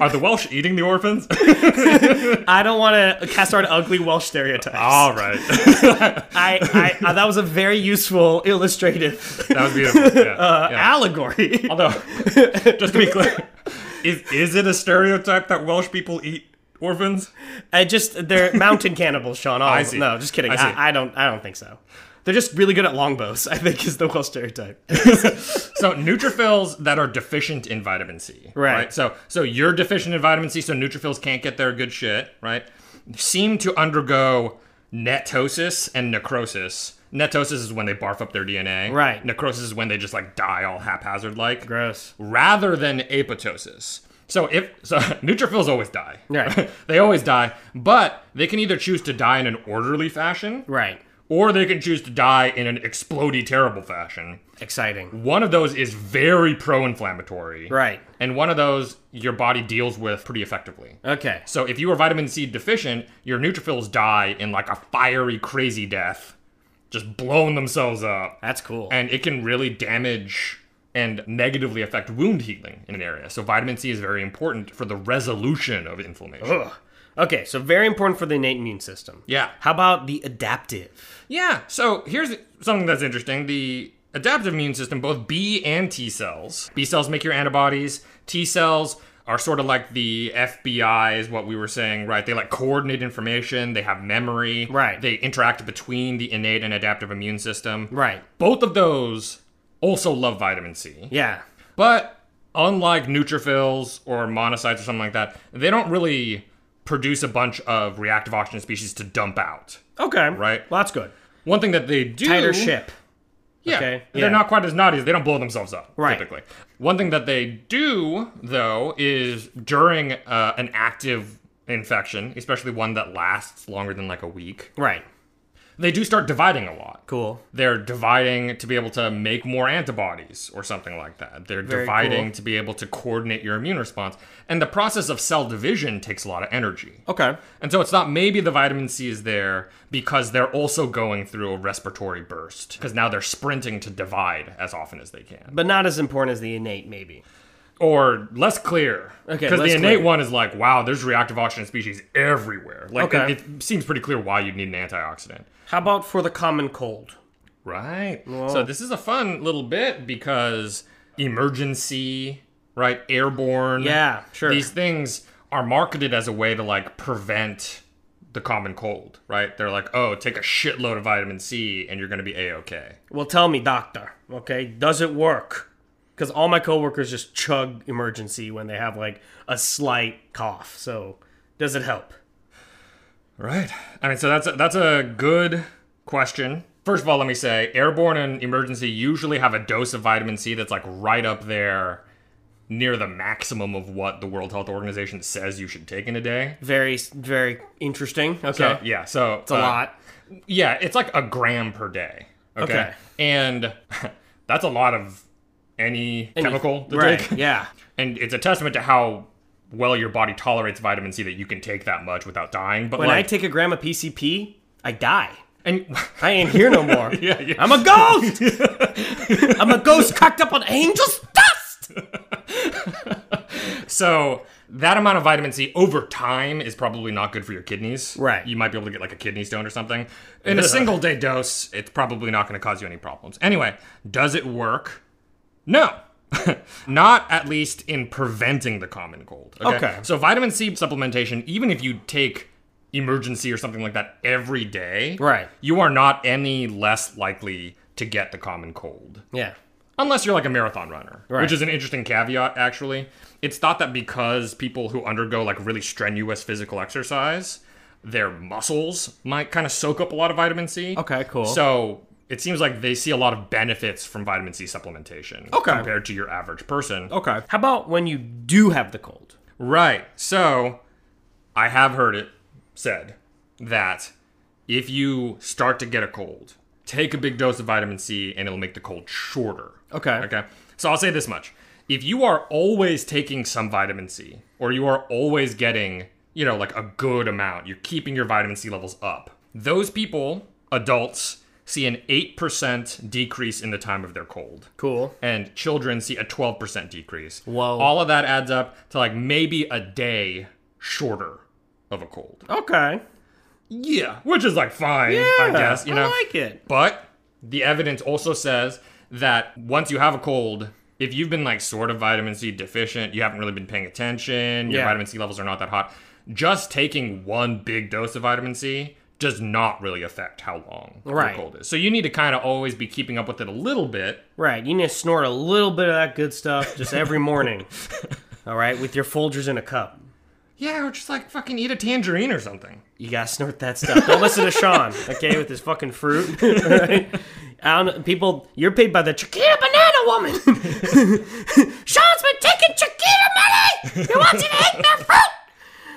Are the Welsh eating the [LAUGHS] orphans? I don't want to cast out ugly Welsh stereotypes. All right. [LAUGHS] I, I, I that was a very useful illustrative That was beautiful. Yeah. Uh, yeah. allegory. Although, [LAUGHS] just to be clear, is is it a stereotype that Welsh people eat orphans? I just they're mountain cannibals, Sean. All, I see. No, just kidding. I see. I, I don't. I don't think so. They're just really good at longbows. I think is the Welsh stereotype. [LAUGHS] So neutrophils that are deficient in vitamin C, Right. So so you're deficient in vitamin C, so neutrophils can't get their good shit, right? Seem to undergo netosis and necrosis. Netosis is when they barf up their DNA. Right. Necrosis is when they just like die all haphazard like. Gross. Rather than apoptosis. So if so [LAUGHS] neutrophils always die. Right. [LAUGHS] they always die, but they can either choose to die in an orderly fashion. Right. Or they can choose to die in an explody terrible fashion. Exciting. One of those is very pro inflammatory. Right. And one of those your body deals with pretty effectively. Okay. So if you are vitamin C deficient, your neutrophils die in like a fiery, crazy death, just blowing themselves up. That's cool. And it can really damage and negatively affect wound healing in an area. So vitamin C is very important for the resolution of inflammation. Ugh. Okay, so very important for the innate immune system. Yeah. How about the adaptive? Yeah. So here's something that's interesting. The adaptive immune system, both B and T cells. B cells make your antibodies. T cells are sort of like the FBI is what we were saying, right? They like coordinate information, they have memory. Right. They interact between the innate and adaptive immune system. Right. Both of those also love vitamin C. Yeah. But unlike neutrophils or monocytes or something like that, they don't really produce a bunch of reactive oxygen species to dump out. Okay. Right. Well, that's good. One thing that they do Tighter ship. yeah. Okay. They're Yeah. not quite as naughty. They don't blow themselves up, Right. typically. One thing that they do, though, is during uh, an active infection, especially one that lasts longer than like a week, Right. They do start dividing a lot. Cool. They're dividing to be able to make more antibodies or something like that. They're Very dividing cool. to be able to coordinate your immune response. And the process of cell division takes a lot of energy. Okay. And so it's not maybe the vitamin C is there because they're also going through a respiratory burst because now they're sprinting to divide as often as they can. But not as important as the innate, maybe. Or less clear. Okay, Because less the innate clear. one is like, wow, there's reactive oxygen species everywhere. Like, Okay. it, it seems pretty clear why you'd need an antioxidant. How about for the common cold? Right. So this is a fun little bit because emergency, right? Airborne. Yeah, sure. These things are marketed as a way to like prevent the common cold, right? They're like, oh, take a shitload of vitamin C and you're going to be A OK. Well, tell me, doctor. Okay, does it work? Because all my coworkers just chug emergency when they have like a slight cough. So, does it help? Right. I mean, so that's a, that's a good question. First of all, let me say airborne and emergency usually have a dose of vitamin C that's like right up there near the maximum of what the World Health Organization says you should take in a day. Very, very interesting. Okay, So, yeah, so uh, it's a lot. Yeah, it's like a gram per day. Okay. Okay. And [LAUGHS] that's a lot of any, chemical to right? take. Yeah. And it's a testament to how well your body tolerates vitamin C that you can take that much without dying. But [LAUGHS] When like, I take a gram of PCP, I die. and [LAUGHS] I ain't here no more. Yeah, yeah. I'm a [LAUGHS] ghost. I'm a ghost cocked up on angels dust. so that amount of vitamin C over time is probably not good for your kidneys. Right. You might be able to get like a kidney stone or something. In a single day dose, it's probably not going to cause you any problems. Anyway, does it work? No. [LAUGHS] not at least in preventing the common cold. Okay. So vitamin C supplementation, even if you take emergency or something like that every day, Right. you are not any less likely to get the common cold Yeah. unless you're like a marathon runner, Right. which is an interesting caveat actually. It's thought that because people who undergo like really strenuous physical exercise, their muscles might kind of soak up a lot of vitamin C. Okay, cool. So it seems like they see a lot of benefits from vitamin C supplementation Okay. compared to your average person. Okay. How about when you do have the cold? Right. So I have heard it said that if you start to get a cold, take a big dose of vitamin C and it'll make the cold shorter. Okay. Okay. So I'll say this much. If you are always taking some vitamin C or you are always getting, you know, like a good amount, you're keeping your vitamin C levels up. Those people, adults, see an 8% decrease in the time of their cold Cool. and children see a 12% decrease. Whoa. All of that adds up to like maybe a day shorter of a cold. Okay. Yeah. Which is like fine, I guess, you know. I like it. But the evidence also says that once you have a cold, if you've been like sort of vitamin C deficient, you haven't really been paying attention, your Yeah. vitamin C levels are not that hot, just taking one big dose of vitamin C does not really affect how long Right. your cold is. So you need to kind of always be keeping up with it a little bit. Right. You need to snort a little bit of that good stuff just every morning. All right, with your Folgers in a cup. Yeah, or just like fucking eat a tangerine or something. You gotta snort that stuff. Don't listen to Sean, okay, with his fucking fruit. [LAUGHS] All right? I don't, people, you're paid by the Chiquita Banana Woman. Sean's been taking Chiquita money. He wants you to hate their fruit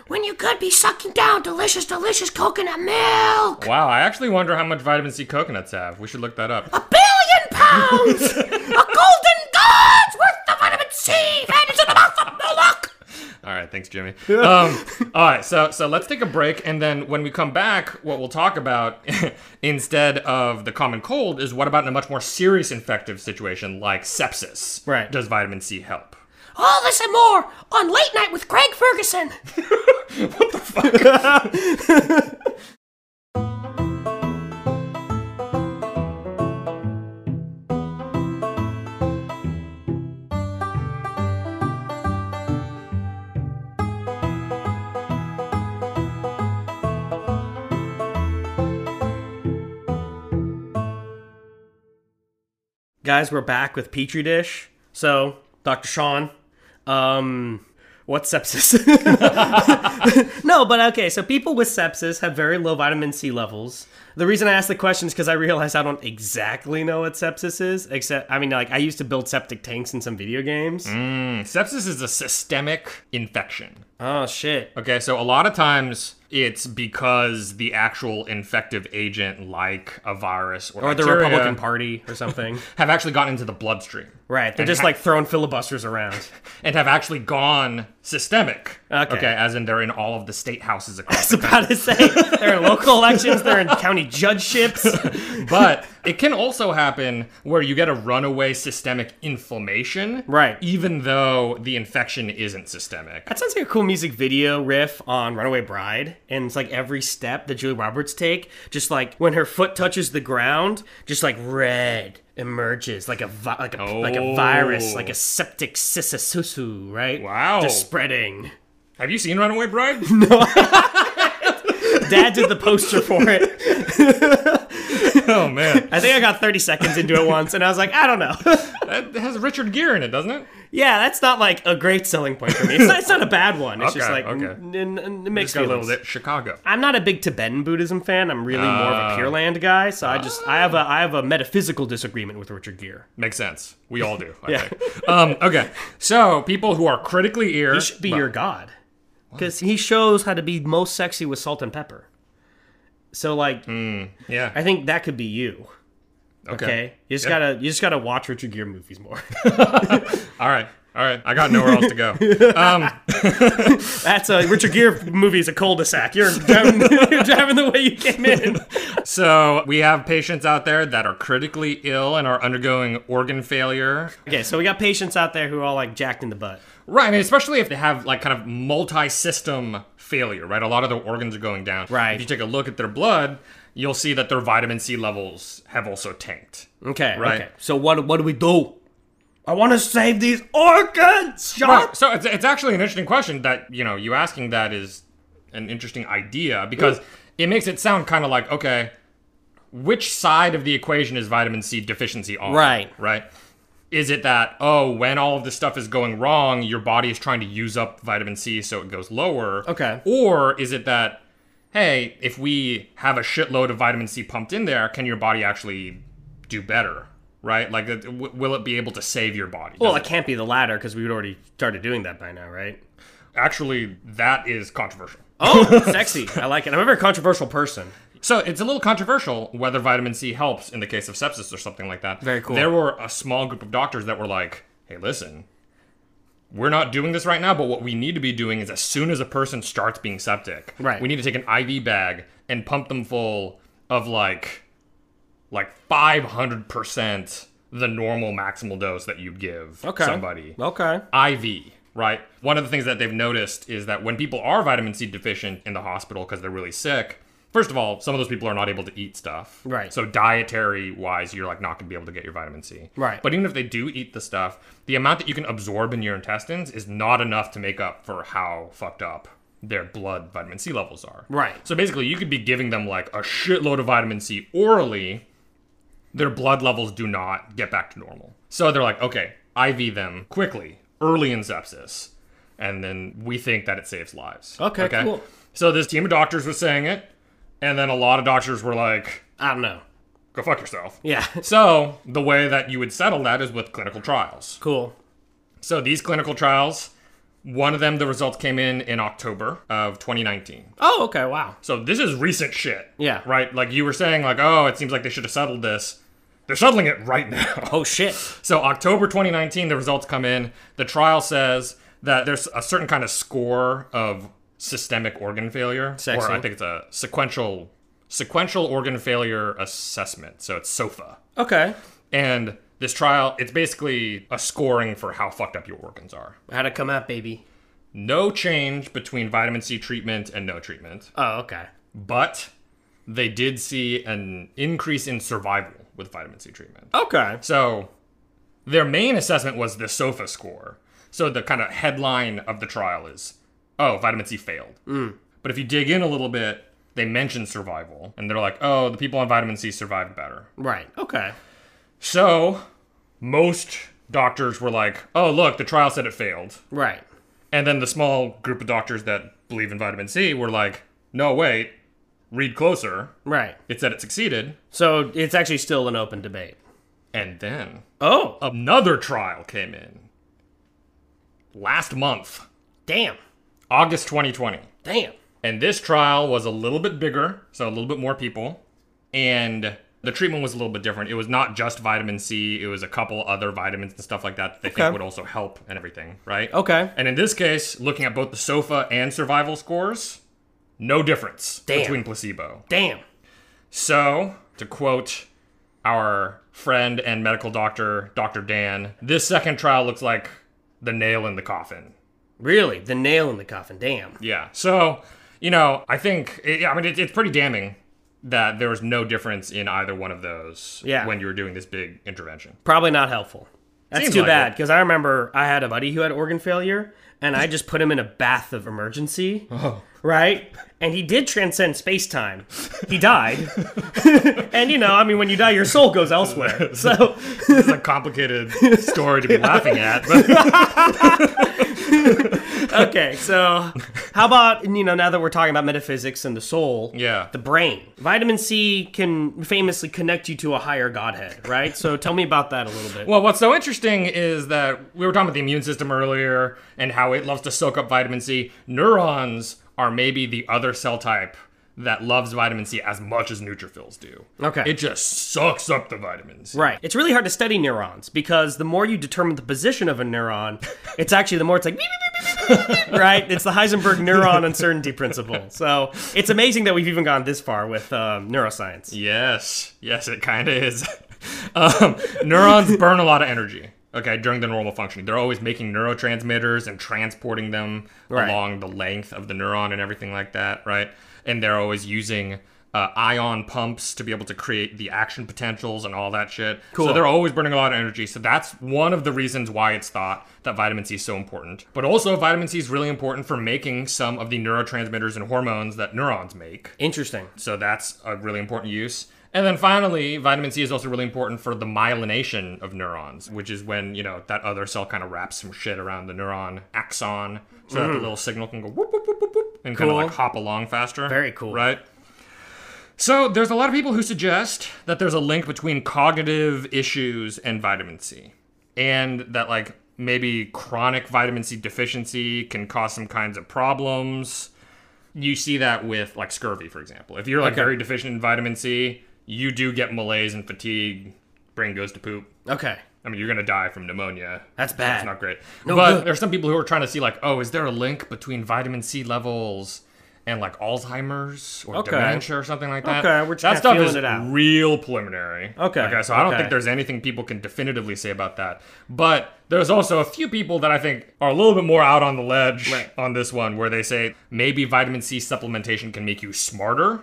when you could be sucking down delicious, delicious coconut milk. Wow, I actually wonder how much vitamin C coconuts have. We should look that up. [LAUGHS] A billion pounds, a golden god's worth of vitamin C, and it's in the mouth of Moloch. All right, [LAUGHS] thanks, Jimmy. Um, all right, so so let's take a break, and then when we come back, what we'll talk about [LAUGHS] instead of the common cold is what about in a much more serious infective situation like sepsis? Right. Does vitamin C help? All this and more on Late Night with Craig Ferguson. Guys, we're back with Petri Dish. So, Dr. Sean, um, what's sepsis? [LAUGHS] no, but okay, so people with sepsis have very low vitamin C levels. The reason I asked the question is because I realized I don't exactly know what sepsis is, except, I mean, like, I used to build septic tanks in some video games. Mm. Hmm, Sepsis is a systemic infection. Oh, shit. Okay, so a lot of times it's because the actual infective agent, like a virus or, or the bacteria, Republican Party or [LAUGHS] something. have actually gotten into the bloodstream. right. They're And just ha- like throwing filibusters around. [LAUGHS] and have actually gone systemic. Okay. as in they're in all of the state houses across It's about to say they're in local elections, they're in county [LAUGHS] judgeships. but it can also happen where you get a runaway systemic inflammation. Right. Even though the infection isn't systemic. That sounds like a cool music video riff on Runaway Bride. And it's like every step that Julie Roberts take, just like when her foot touches the ground, just like red emerges like a vi- like a like a virus, Oh. like a septic sisasusu, right? Wow. Just spreading. Have you seen [LAUGHS] Runaway Bride? Dad did the poster for it. oh man. I think I got 30 seconds into it once and I was like, I don't know. [LAUGHS] That has Richard Gere in it, doesn't it? Yeah, that's not like a great selling point for me. It's not, it's not a bad one. It's just like Okay, okay. n- n- n- it makes It's me got a little bit Chicago. I'm not a big Tibetan Buddhism fan. I'm really more Ah. of a Pure Land guy. So I just I have a I have a metaphysical disagreement with Richard Gere. Makes sense. We all do. I Yeah. think. Um, okay. So people who are critically ear He should be your god because he shows how to be most sexy with salt and pepper. So like Hmm, Yeah. I think that could be you. Okay, you just Yeah. gotta you just gotta watch Richard Gere movies more. [LAUGHS] All right. All right. I got nowhere else to go. [LAUGHS] Um, That's a Richard Gere movie is a cul-de-sac. You're driving, [LAUGHS] you're driving the way you came [LAUGHS] in. So we have patients out there that are critically ill and are undergoing organ failure. Okay, so we got patients out there who are all like jacked in the butt. Right, I mean, especially if they have like kind of multi-system failure, right? A lot of their organs are going down. Right. If you take a look at their blood, you'll see that their vitamin C levels have also tanked. Okay. Right. Okay. So what what do we do? I want to save these organs. Shut Right. So it's, it's actually an interesting question that, you know, you asking that is an interesting idea because it makes it sound kind of like, okay, which side of the equation is vitamin C deficiency on? Right. Right. Is it that, oh, when all of this stuff is going wrong, your body is trying to use up vitamin C so it goes lower? Okay. Or is it that, hey, if we have a shitload of vitamin C pumped in there, can your body actually do better? Right? Like, uh, w- will it be able to save your body? Well, Does it can't be the latter because we would already started doing that by now, right? Actually, that is controversial. [LAUGHS] Oh, sexy. I like it. I'm a very controversial person. So it's a little controversial whether vitamin C helps in the case of sepsis or something like that. Very cool. There were a small group of doctors that were like, hey, listen, we're not doing this right now, but what we need to be doing is as soon as a person starts being septic, Right. we need to take an IV bag and pump them full of like like 500% the normal maximal dose that you'd give somebody. Okay. IV, right? One of the things that they've noticed is that when people are vitamin C deficient in the hospital because they're really sick, first of all, some of those people are not able to eat stuff. Right. So dietary wise, you're like not going to be able to get your vitamin C. Right. But even if they do eat the stuff, the amount that you can absorb in your intestines is not enough to make up for how fucked up their blood vitamin C levels are. Right. So basically, you could be giving them like a shitload of vitamin C orally their blood levels do not get back to normal. So they're like, okay, IV them quickly, early in sepsis. And then we think that it saves lives. Okay, cool. So this team of doctors was saying it. And then a lot of doctors were like, I don't know. go fuck yourself. Yeah. [LAUGHS] So the way that you would settle that is with clinical trials. Cool. So these clinical trials, one of them, the results came in in October of 2019. Oh, okay. Wow. So this is recent shit. Yeah. Right? Like you were saying, like, oh, it seems like they should have settled this. They're settling it right [LAUGHS] now. Oh shit. So October 2019, the results come in. The trial says that there's a certain kind of score of systemic organ failure, Sexy. or I think it's a sequential sequential organ failure assessment. So it's SOFA, Okay. and this trial it's basically a scoring for how fucked up your organs are. How'd it come out, baby? No change between vitamin C treatment and no treatment, Oh, okay. but they did see an increase in survival with vitamin C treatment. Okay. So their main assessment was the SOFA score. So the kind of headline of the trial is, oh, vitamin C failed. But if you dig in a little bit, they mention survival and they're like, oh, the people on vitamin C survived better. Right. Okay. So most doctors were like, oh, look, the trial said it failed. Right. And then the small group of doctors that believe in vitamin C were like, no, wait, read closer. Right. It said it succeeded. So it's actually still an open debate. And then Oh. another trial came in last month. damn. August 2020. Damn. And this trial was a little bit bigger, so a little bit more people. And the treatment was a little bit different. It was not just vitamin C, it was a couple other vitamins and stuff like that that they Okay. think would also help and everything, right? Okay. And in this case, looking at both the SOFA and survival scores, no difference Damn. between placebo. Damn. So, to quote our friend and medical doctor, Dr. Dan, this second trial looks like the nail in the coffin. Really, the nail in the coffin. Damn. Yeah. So, you know, I think, i I mean, it, it's pretty damning that there was no difference in either one of those Yeah. when you were doing this big intervention. Probably not helpful. That's Seems too like bad it. because I remember I had a buddy who had organ failure, and I just put him in a bath of emergency. Oh. Right, and he did transcend space time. He died, [LAUGHS] and you know, I mean, when you die, your soul goes [LAUGHS] elsewhere. So [LAUGHS] It's a complicated story to be laughing at, but okay, so how about you know now that we're talking about metaphysics and the soul, Yeah. the brain. Vitamin C can famously connect you to a higher godhead, right? So tell me about that a little bit. Well, what's so interesting is that we were talking about the immune system earlier and how it loves to soak up vitamin C. Neurons are maybe the other cell type that loves vitamin C as much as neutrophils do. Okay. It just sucks up the vitamins. Right. It's really hard to study neurons because the more you determine the position of a [LAUGHS] neuron, it's actually the more it's like, beep, beep, beep, beep, beep, beep, beep, right? It's the Heisenberg neuron uncertainty principle. So it's amazing that we've even gone this far with um, neuroscience. Yes. Yes, it kind of is. [LAUGHS] um, neurons burn a lot of energy. Okay, during the normal functioning, they're always making neurotransmitters and transporting them Right. along the length of the neuron and everything like that, right? And they're always using uh, ion pumps to be able to create the action potentials and all that shit. Cool. So they're always burning a lot of energy. So that's one of the reasons why it's thought that vitamin C is so important. But also, vitamin C is really important for making some of the neurotransmitters and hormones that neurons make. Interesting. So that's a really important use. And then finally, vitamin C is also really important for the myelination of neurons, which is when, you know, that other cell kind of wraps some shit around the neuron axon so that the little signal can go whoop, whoop, whoop, whoop, whoop, and kind Cool. of like hop along faster. Very cool. Right? So there's a lot of people who suggest that there's a link between cognitive issues and vitamin C. And that, like, maybe chronic vitamin C deficiency can cause some kinds of problems you see that with like scurvy, for example. If you're like very deficient in vitamin C, you do get malaise and fatigue. Brain goes to poop. Okay. I mean, you're gonna die from pneumonia. That's bad. It's not great. No but good. there's some people who are trying to see like, oh, is there a link between vitamin C levels and like Alzheimer's or Okay. dementia or something like that? Okay, we're just that kinda stuff feeling is it out. real preliminary. Okay, Okay, so I don't okay. think there's anything people can definitively say about that. But there's also a few people that I think are a little bit more out on the ledge Right. on this one, where they say maybe vitamin C supplementation can make you smarter.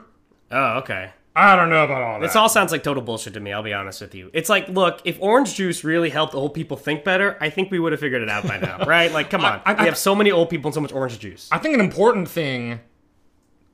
Oh, okay. I don't know about all that. This all sounds like total bullshit to me, I'll be honest with you. It's like, look, if orange juice really helped old people think better, I think we would have figured it out by now, right? Like, come on. I- I- we have so many old people and so much orange juice. I think an important thing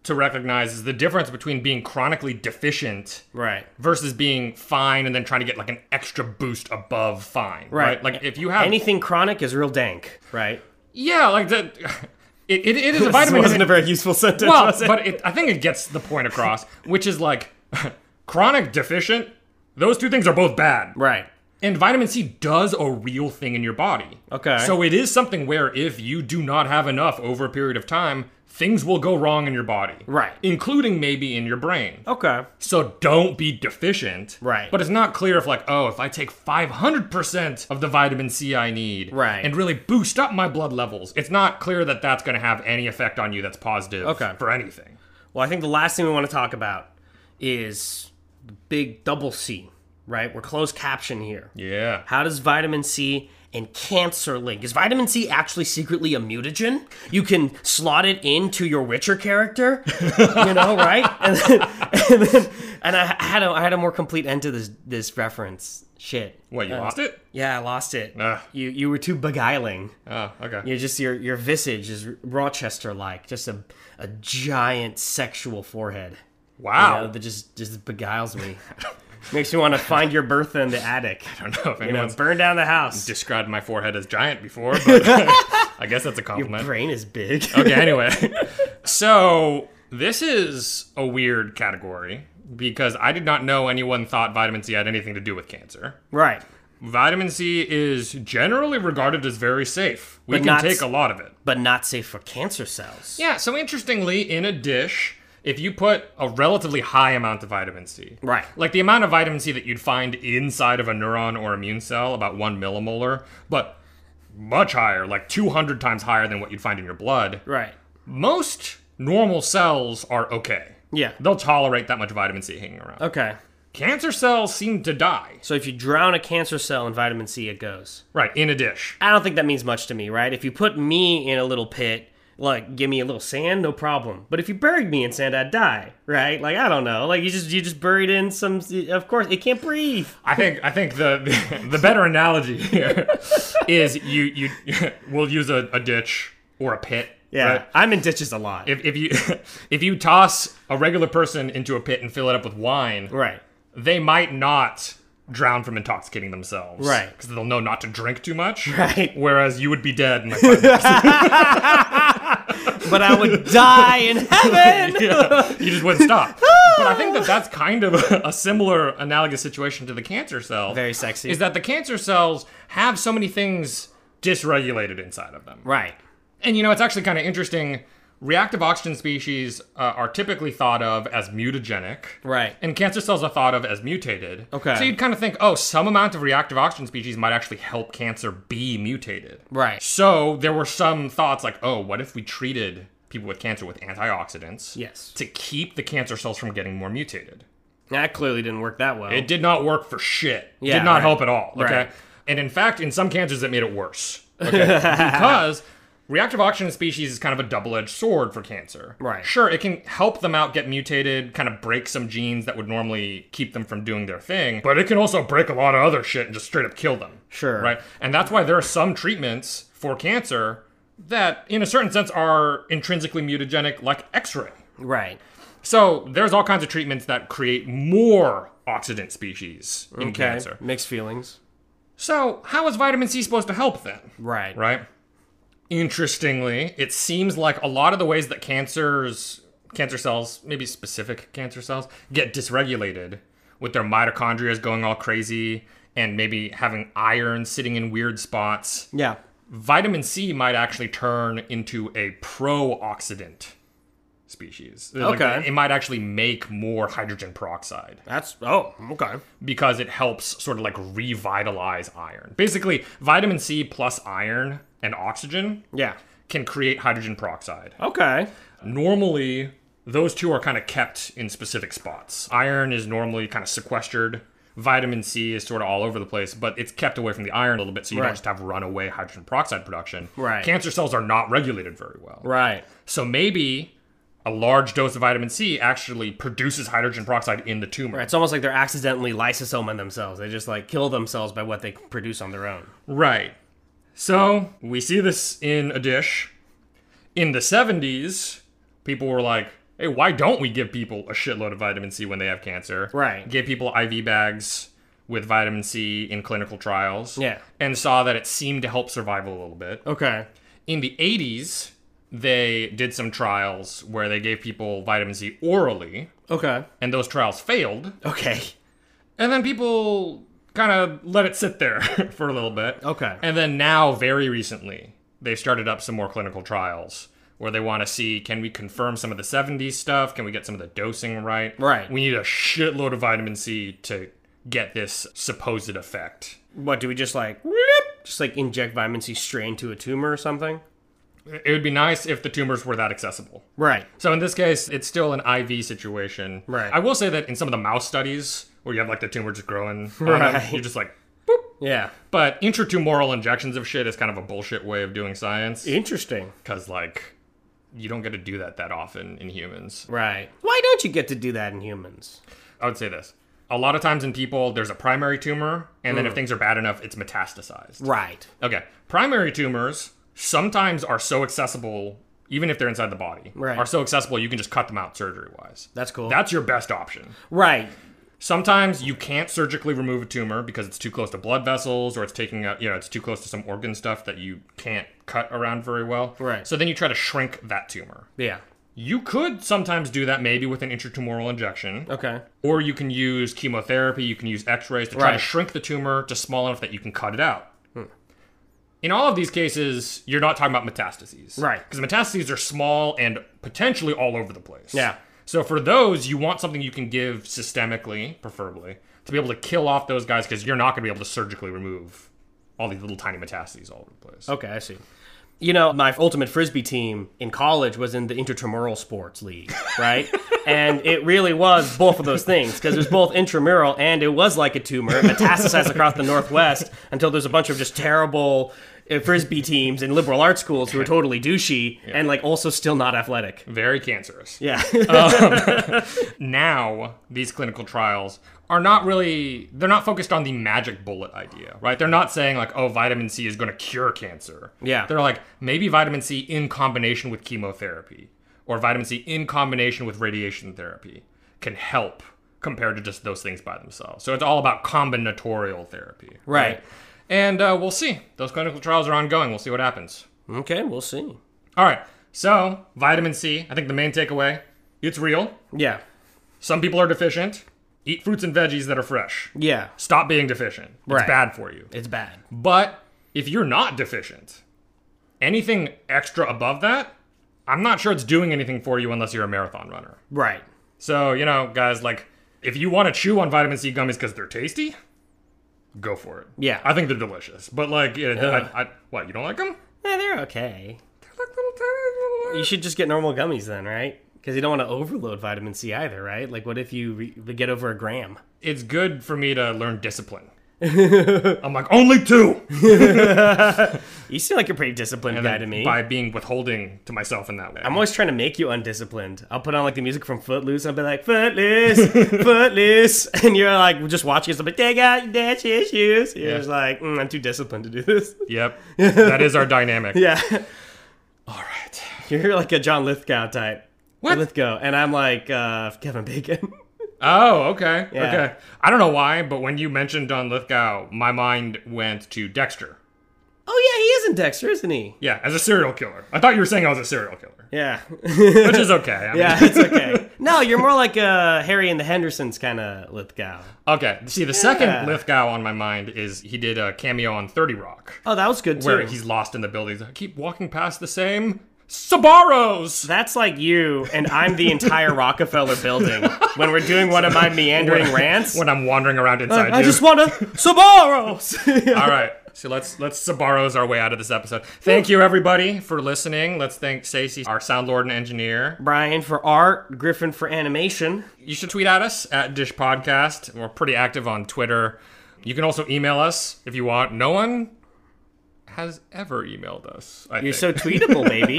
to recognize is the difference between being chronically deficient right. versus being fine and then trying to get like an extra boost above fine. Right. Like if you have Anything chronic is real dank, right? yeah, like that. [LAUGHS] It, it, it is [LAUGHS] a This vitamin. wasn't a very useful [LAUGHS] sentence, well, was it? but it, I think it gets the point across, which is like [LAUGHS] chronic deficient. Those two things are both bad. Right. And vitamin C does a real thing in your body. Okay. So it is something where if you do not have enough over a period of time, things will go wrong in your body. Right. Including maybe in your brain. Okay. So don't be deficient. Right. But it's not clear if, like, oh, if I take 500% of the vitamin C I need Right. and really boost up my blood levels, it's not clear that that's going to have any effect on you that's positive Okay. for anything. Well, I think the last thing we want to talk about is the big double C, right? We're closed caption here. Yeah. How does vitamin C and cancer link? Is vitamin C actually secretly a mutagen? You can slot it into your Witcher character, [LAUGHS] you know, right? [LAUGHS] And then, and, then, and I had a, I had a more complete end to this this reference. Shit. What, you Uh, lost it? Yeah, I lost it. Ugh. You you were too beguiling. Oh, okay. You're just your your visage is Rochester like, just a a giant sexual forehead. You Wow. [LAUGHS] know, that just just beguiles me. [LAUGHS] Makes me want to find your Bertha in the attic. I don't know if You know, anyone's burn down the house. described my forehead as [LAUGHS] giant before, but I guess that's a your compliment. brain is big. [LAUGHS] okay, anyway. [LAUGHS] So, this is a weird category because I did not know anyone thought vitamin C had anything to do with cancer. right. Vitamin C is generally regarded as very safe. We But can not take s- a lot of it. but not safe for cancer cells. Yeah, so interestingly, in a dish, if you put a relatively high amount of vitamin C, Right. Like the amount of vitamin C that you'd find inside of a neuron or immune cell, about one millimolar, but much higher, like 200 times higher than what you'd find in your blood, Right. most normal cells are okay. Yeah. They'll tolerate that much vitamin C hanging around. Okay. Cancer cells seem to die, So if you drown a cancer cell in vitamin C, it goes. right, in a dish. I don't think that means much to me, right? If you put me in a little pit, like give me a little sand, no problem. But if you buried me in sand, I'd die, right? Like I don't know. Like you just you just buried in some. Of course, it can't breathe. I think I think the [LAUGHS] the better analogy [LAUGHS] here is you you [LAUGHS] we'll use a, a ditch or a pit. Yeah, right? I'm in ditches a lot. If, if you [LAUGHS] if you toss a regular person into a pit and fill it up with wine, right. they might not drown from intoxicating themselves, Right. Because they'll know not to drink too much, Right. Whereas you would be [LAUGHS] dead. In like five minutes. But I [LAUGHS] would die in heaven. you just wouldn't stop. but I think that that's kind of a, similar analogous situation to the cancer cell. Very sexy. Is that the cancer cells have so many things dysregulated inside of them, right. And you know, it's actually kind of interesting. Reactive oxygen species uh, are typically thought of as mutagenic. Right. And cancer cells are thought of as mutated. Okay. So you'd kind of think, oh, some amount of reactive oxygen species might actually help cancer be mutated. Right. So there were some thoughts like, oh, what if we treated people with cancer with antioxidants? Yes. To keep the cancer cells from getting more mutated. That clearly didn't work that well. It did not work for shit. Yeah, did not right. help at all. Okay. Right. And in fact, in some cancers, it made it worse. [LAUGHS] Okay. because reactive oxygen species is kind of a double edged sword for cancer. Right. Sure, it can help them out get mutated, kind of break some genes that would normally keep them from doing their thing, but it can also break a lot of other shit and just straight up kill them. Sure. Right. And that's why there are some treatments for cancer that, in a certain sense, are intrinsically mutagenic, like x ray. Right. So there's all kinds of treatments that create more oxidant species in Okay. cancer. Mixed feelings. So how is vitamin C supposed to help then? Right. Right? Interestingly, it seems like a lot of the ways that cancers cancer cells, maybe specific cancer cells, get dysregulated with their mitochondria going all crazy and maybe having iron sitting in weird spots. Yeah. Vitamin C might actually turn into a pro-oxidant species. Like, Okay. it might actually make more hydrogen peroxide That's oh okay. because it helps sort of like revitalize iron. Basically, vitamin C plus iron and oxygen Yeah. can create hydrogen peroxide. Okay. Normally, those two are kind of kept in specific spots. Iron is normally kind of sequestered. Vitamin C is sort of all over the place, but it's kept away from the iron a little bit so you Right. don't just have runaway hydrogen peroxide production. Right. Cancer cells are not regulated very well. Right. So maybe a large dose of vitamin C actually produces hydrogen peroxide in the tumor. Right, It's almost like they're accidentally lysosoming themselves. They just like kill themselves by what they produce on their own. Right. So we see this in a dish. In the 70s, people were like, hey, why don't we give people a shitload of vitamin C when they have cancer? Right. Give people IV bags with vitamin C in clinical trials. Yeah. And saw that it seemed to help survival a little bit. Okay. In the 80s, they did some trials where they gave people vitamin C orally, Okay. and those trials failed. Okay. And then people kind of let it sit there [LAUGHS] for a little bit. Okay. And then now, very recently, they started up some more clinical trials where they want to see can we confirm some of the 70s stuff? Can we get some of the dosing right? Right. We need a shitload of vitamin C to get this supposed effect. What do we just like? whoop, Just like inject vitamin C straight into a tumor or something? It would be nice if the tumors were that accessible. Right. So in this case, it's still an IV situation. Right. I will say that in some of the mouse studies where you have like the tumor just growing, on them, [LAUGHS] Right. you're just like, Yeah. But intratumoral injections of shit is kind of a bullshit way of doing science Interesting. because like you don't get to do that that often in humans. Right. Why don't you get to do that in humans? I would say this. A lot of times in people there's a primary tumor and then if things are bad enough it's metastasized. Mm. Right. Okay. Primary tumors sometimes are so accessible even if they're inside the body. Right. Are so accessible you can just cut them out surgery wise. That's cool. That's your best option. right. Sometimes you can't surgically remove a tumor because it's too close to blood vessels or it's taking out, you know, it's too close to some organ stuff that you can't cut around very well. Right. So then you try to shrink that tumor. Yeah. You could sometimes do that maybe with an intratumoral injection. Okay. Or you can use chemotherapy, you can use x rays to try to Right. Hmm. shrink the tumor to small enough that you can cut it out. In all of these cases, you're not talking about metastases. Right. Because metastases are small and potentially all over the place. Yeah. So for those, you want something you can give systemically, preferably, to be able to kill off those guys because you're not going to be able to surgically remove all these little tiny metastases all over the place. Okay, I see. You know, my ultimate frisbee team in college was in the intramural sports league, right? and it really was both of those things because it was both intramural and it was like a tumor it metastasized across the northwest until there's a bunch of just terrible uh, frisbee teams in liberal arts schools who are totally douchey and like also still not athletic. Very cancerous. Yeah. now these clinical trials are not really they're not focused on the magic bullet idea right they're not saying like oh vitamin c is going to cure cancer Yeah. they're like maybe vitamin c in combination with chemotherapy or vitamin c in combination with radiation therapy can help compared to just those things by themselves so it's all about combinatorial therapy Right. and uh, we'll see those clinical trials are ongoing we'll see what happens okay, we'll see. all right so vitamin c i think the main takeaway it's real Yeah. some people are deficient. Eat fruits and veggies that are fresh. Yeah. Stop being deficient. It's Right. bad for you. It's bad. But if you're not deficient, anything extra above that, I'm not sure it's doing anything for you unless you're a marathon runner. Right. So, you know, guys, like if you want to chew on vitamin C gummies because they're tasty, go for it. Yeah. I think they're delicious. But like, yeah, I, I, what, you don't like them? Yeah, they're okay. They're like little tiny little- You should just get normal gummies then, right? Because you don't want to overload vitamin C either, right? Like, what if you re- get over a gram? it's good for me to learn [LAUGHS] discipline. I'm like, only two. You seem like a pretty disciplined and guy then to me. by being withholding to myself in that way. I'm always trying to make you undisciplined. I'll put on like the music from Footloose. And I'll be like, [LAUGHS] Footloose, Footloose, [LAUGHS] and you're like just watching. us. I'm like, take out your dad's shoes. You're Yeah. just like, "Mm, I'm too disciplined to do this. [LAUGHS] yep, that is our dynamic. Yeah, All right. you're like a John Lithgow type. What? Lithgow, and I'm like uh, Kevin Bacon. Oh, okay. Yeah. Okay. I don't know why, but when you mentioned Don Lithgow, my mind went to Dexter. oh yeah, he is in Dexter, isn't he? Yeah, as a serial killer. I thought you were saying I was a [LAUGHS] serial killer, Yeah. which is okay. I [LAUGHS] mean- Yeah, it's okay. No, you're more like uh, Harry and the Hendersons kind of Lithgow. [LAUGHS] Okay. See, the Yeah. second Lithgow on my mind is he did a cameo on Thirty Rock, Oh, that was good too. where he's lost in the buildings. I keep walking past the same Sabaros. That's like you and I'm the entire Rockefeller building when we're doing one of my meandering rants. [LAUGHS] Uh, when I'm wandering around inside. I you. just want to Sabaros. [LAUGHS] All right. So let's let's Sabaros our way out of this episode. Thank you everybody for listening. Let's thank Stacey, our sound lord and engineer. Brian for art, Griffin for animation. You should tweet at us at Dish Podcast. We're pretty active on Twitter. You can also email us if you want. No one has ever emailed us. I You're so think. tweetable, [LAUGHS] baby.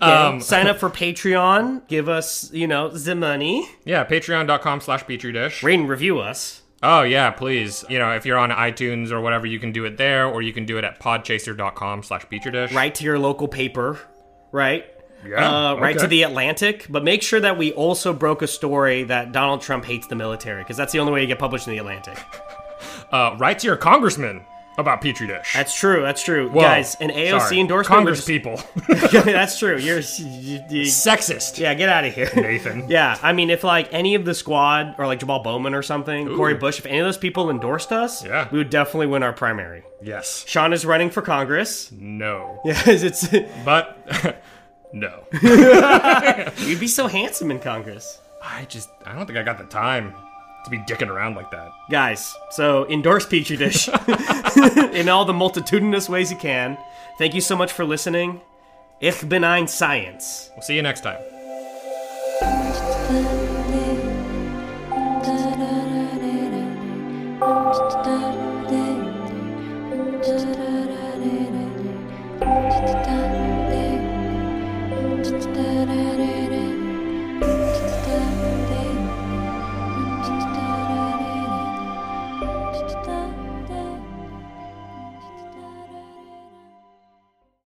Um, Okay, Sign up for Patreon. Give us, you know, the money. yeah, patreon.com slash petri dish. Rate and review us. Oh yeah, please. You know, if you're on iTunes or whatever, you can do it there, or you can do it at podchaser.com slash petri dish. Write to your local paper, right? Yeah, Uh, Right to okay. the Atlantic. But make sure that we also broke a story that Donald Trump hates the military, because that's the only way you get published in the Atlantic. Uh, write to your congressman about Petri Dish. That's true. That's true. Whoa, Guys, an AOC sorry. endorsement. would Congress people. [LAUGHS] just- [LAUGHS] that's true. You're. You, you- Sexist. yeah, get out of here. Nathan. Yeah, I mean, if like any of the squad or like Jamal Bowman or something, Corey Bush, if any of those people endorsed us, Yeah. we would definitely win our primary. Yes. Sean is running for Congress. Mm. No. Yes, [LAUGHS] it's But [LAUGHS] [LAUGHS] no. you'd be so handsome in Congress, I just I don't think I got the time to be dicking around like that. guys. So endorse Petri Dish in all the multitudinous ways you can. Thank you so much for listening. Ich bin ein Science. We'll see you next time.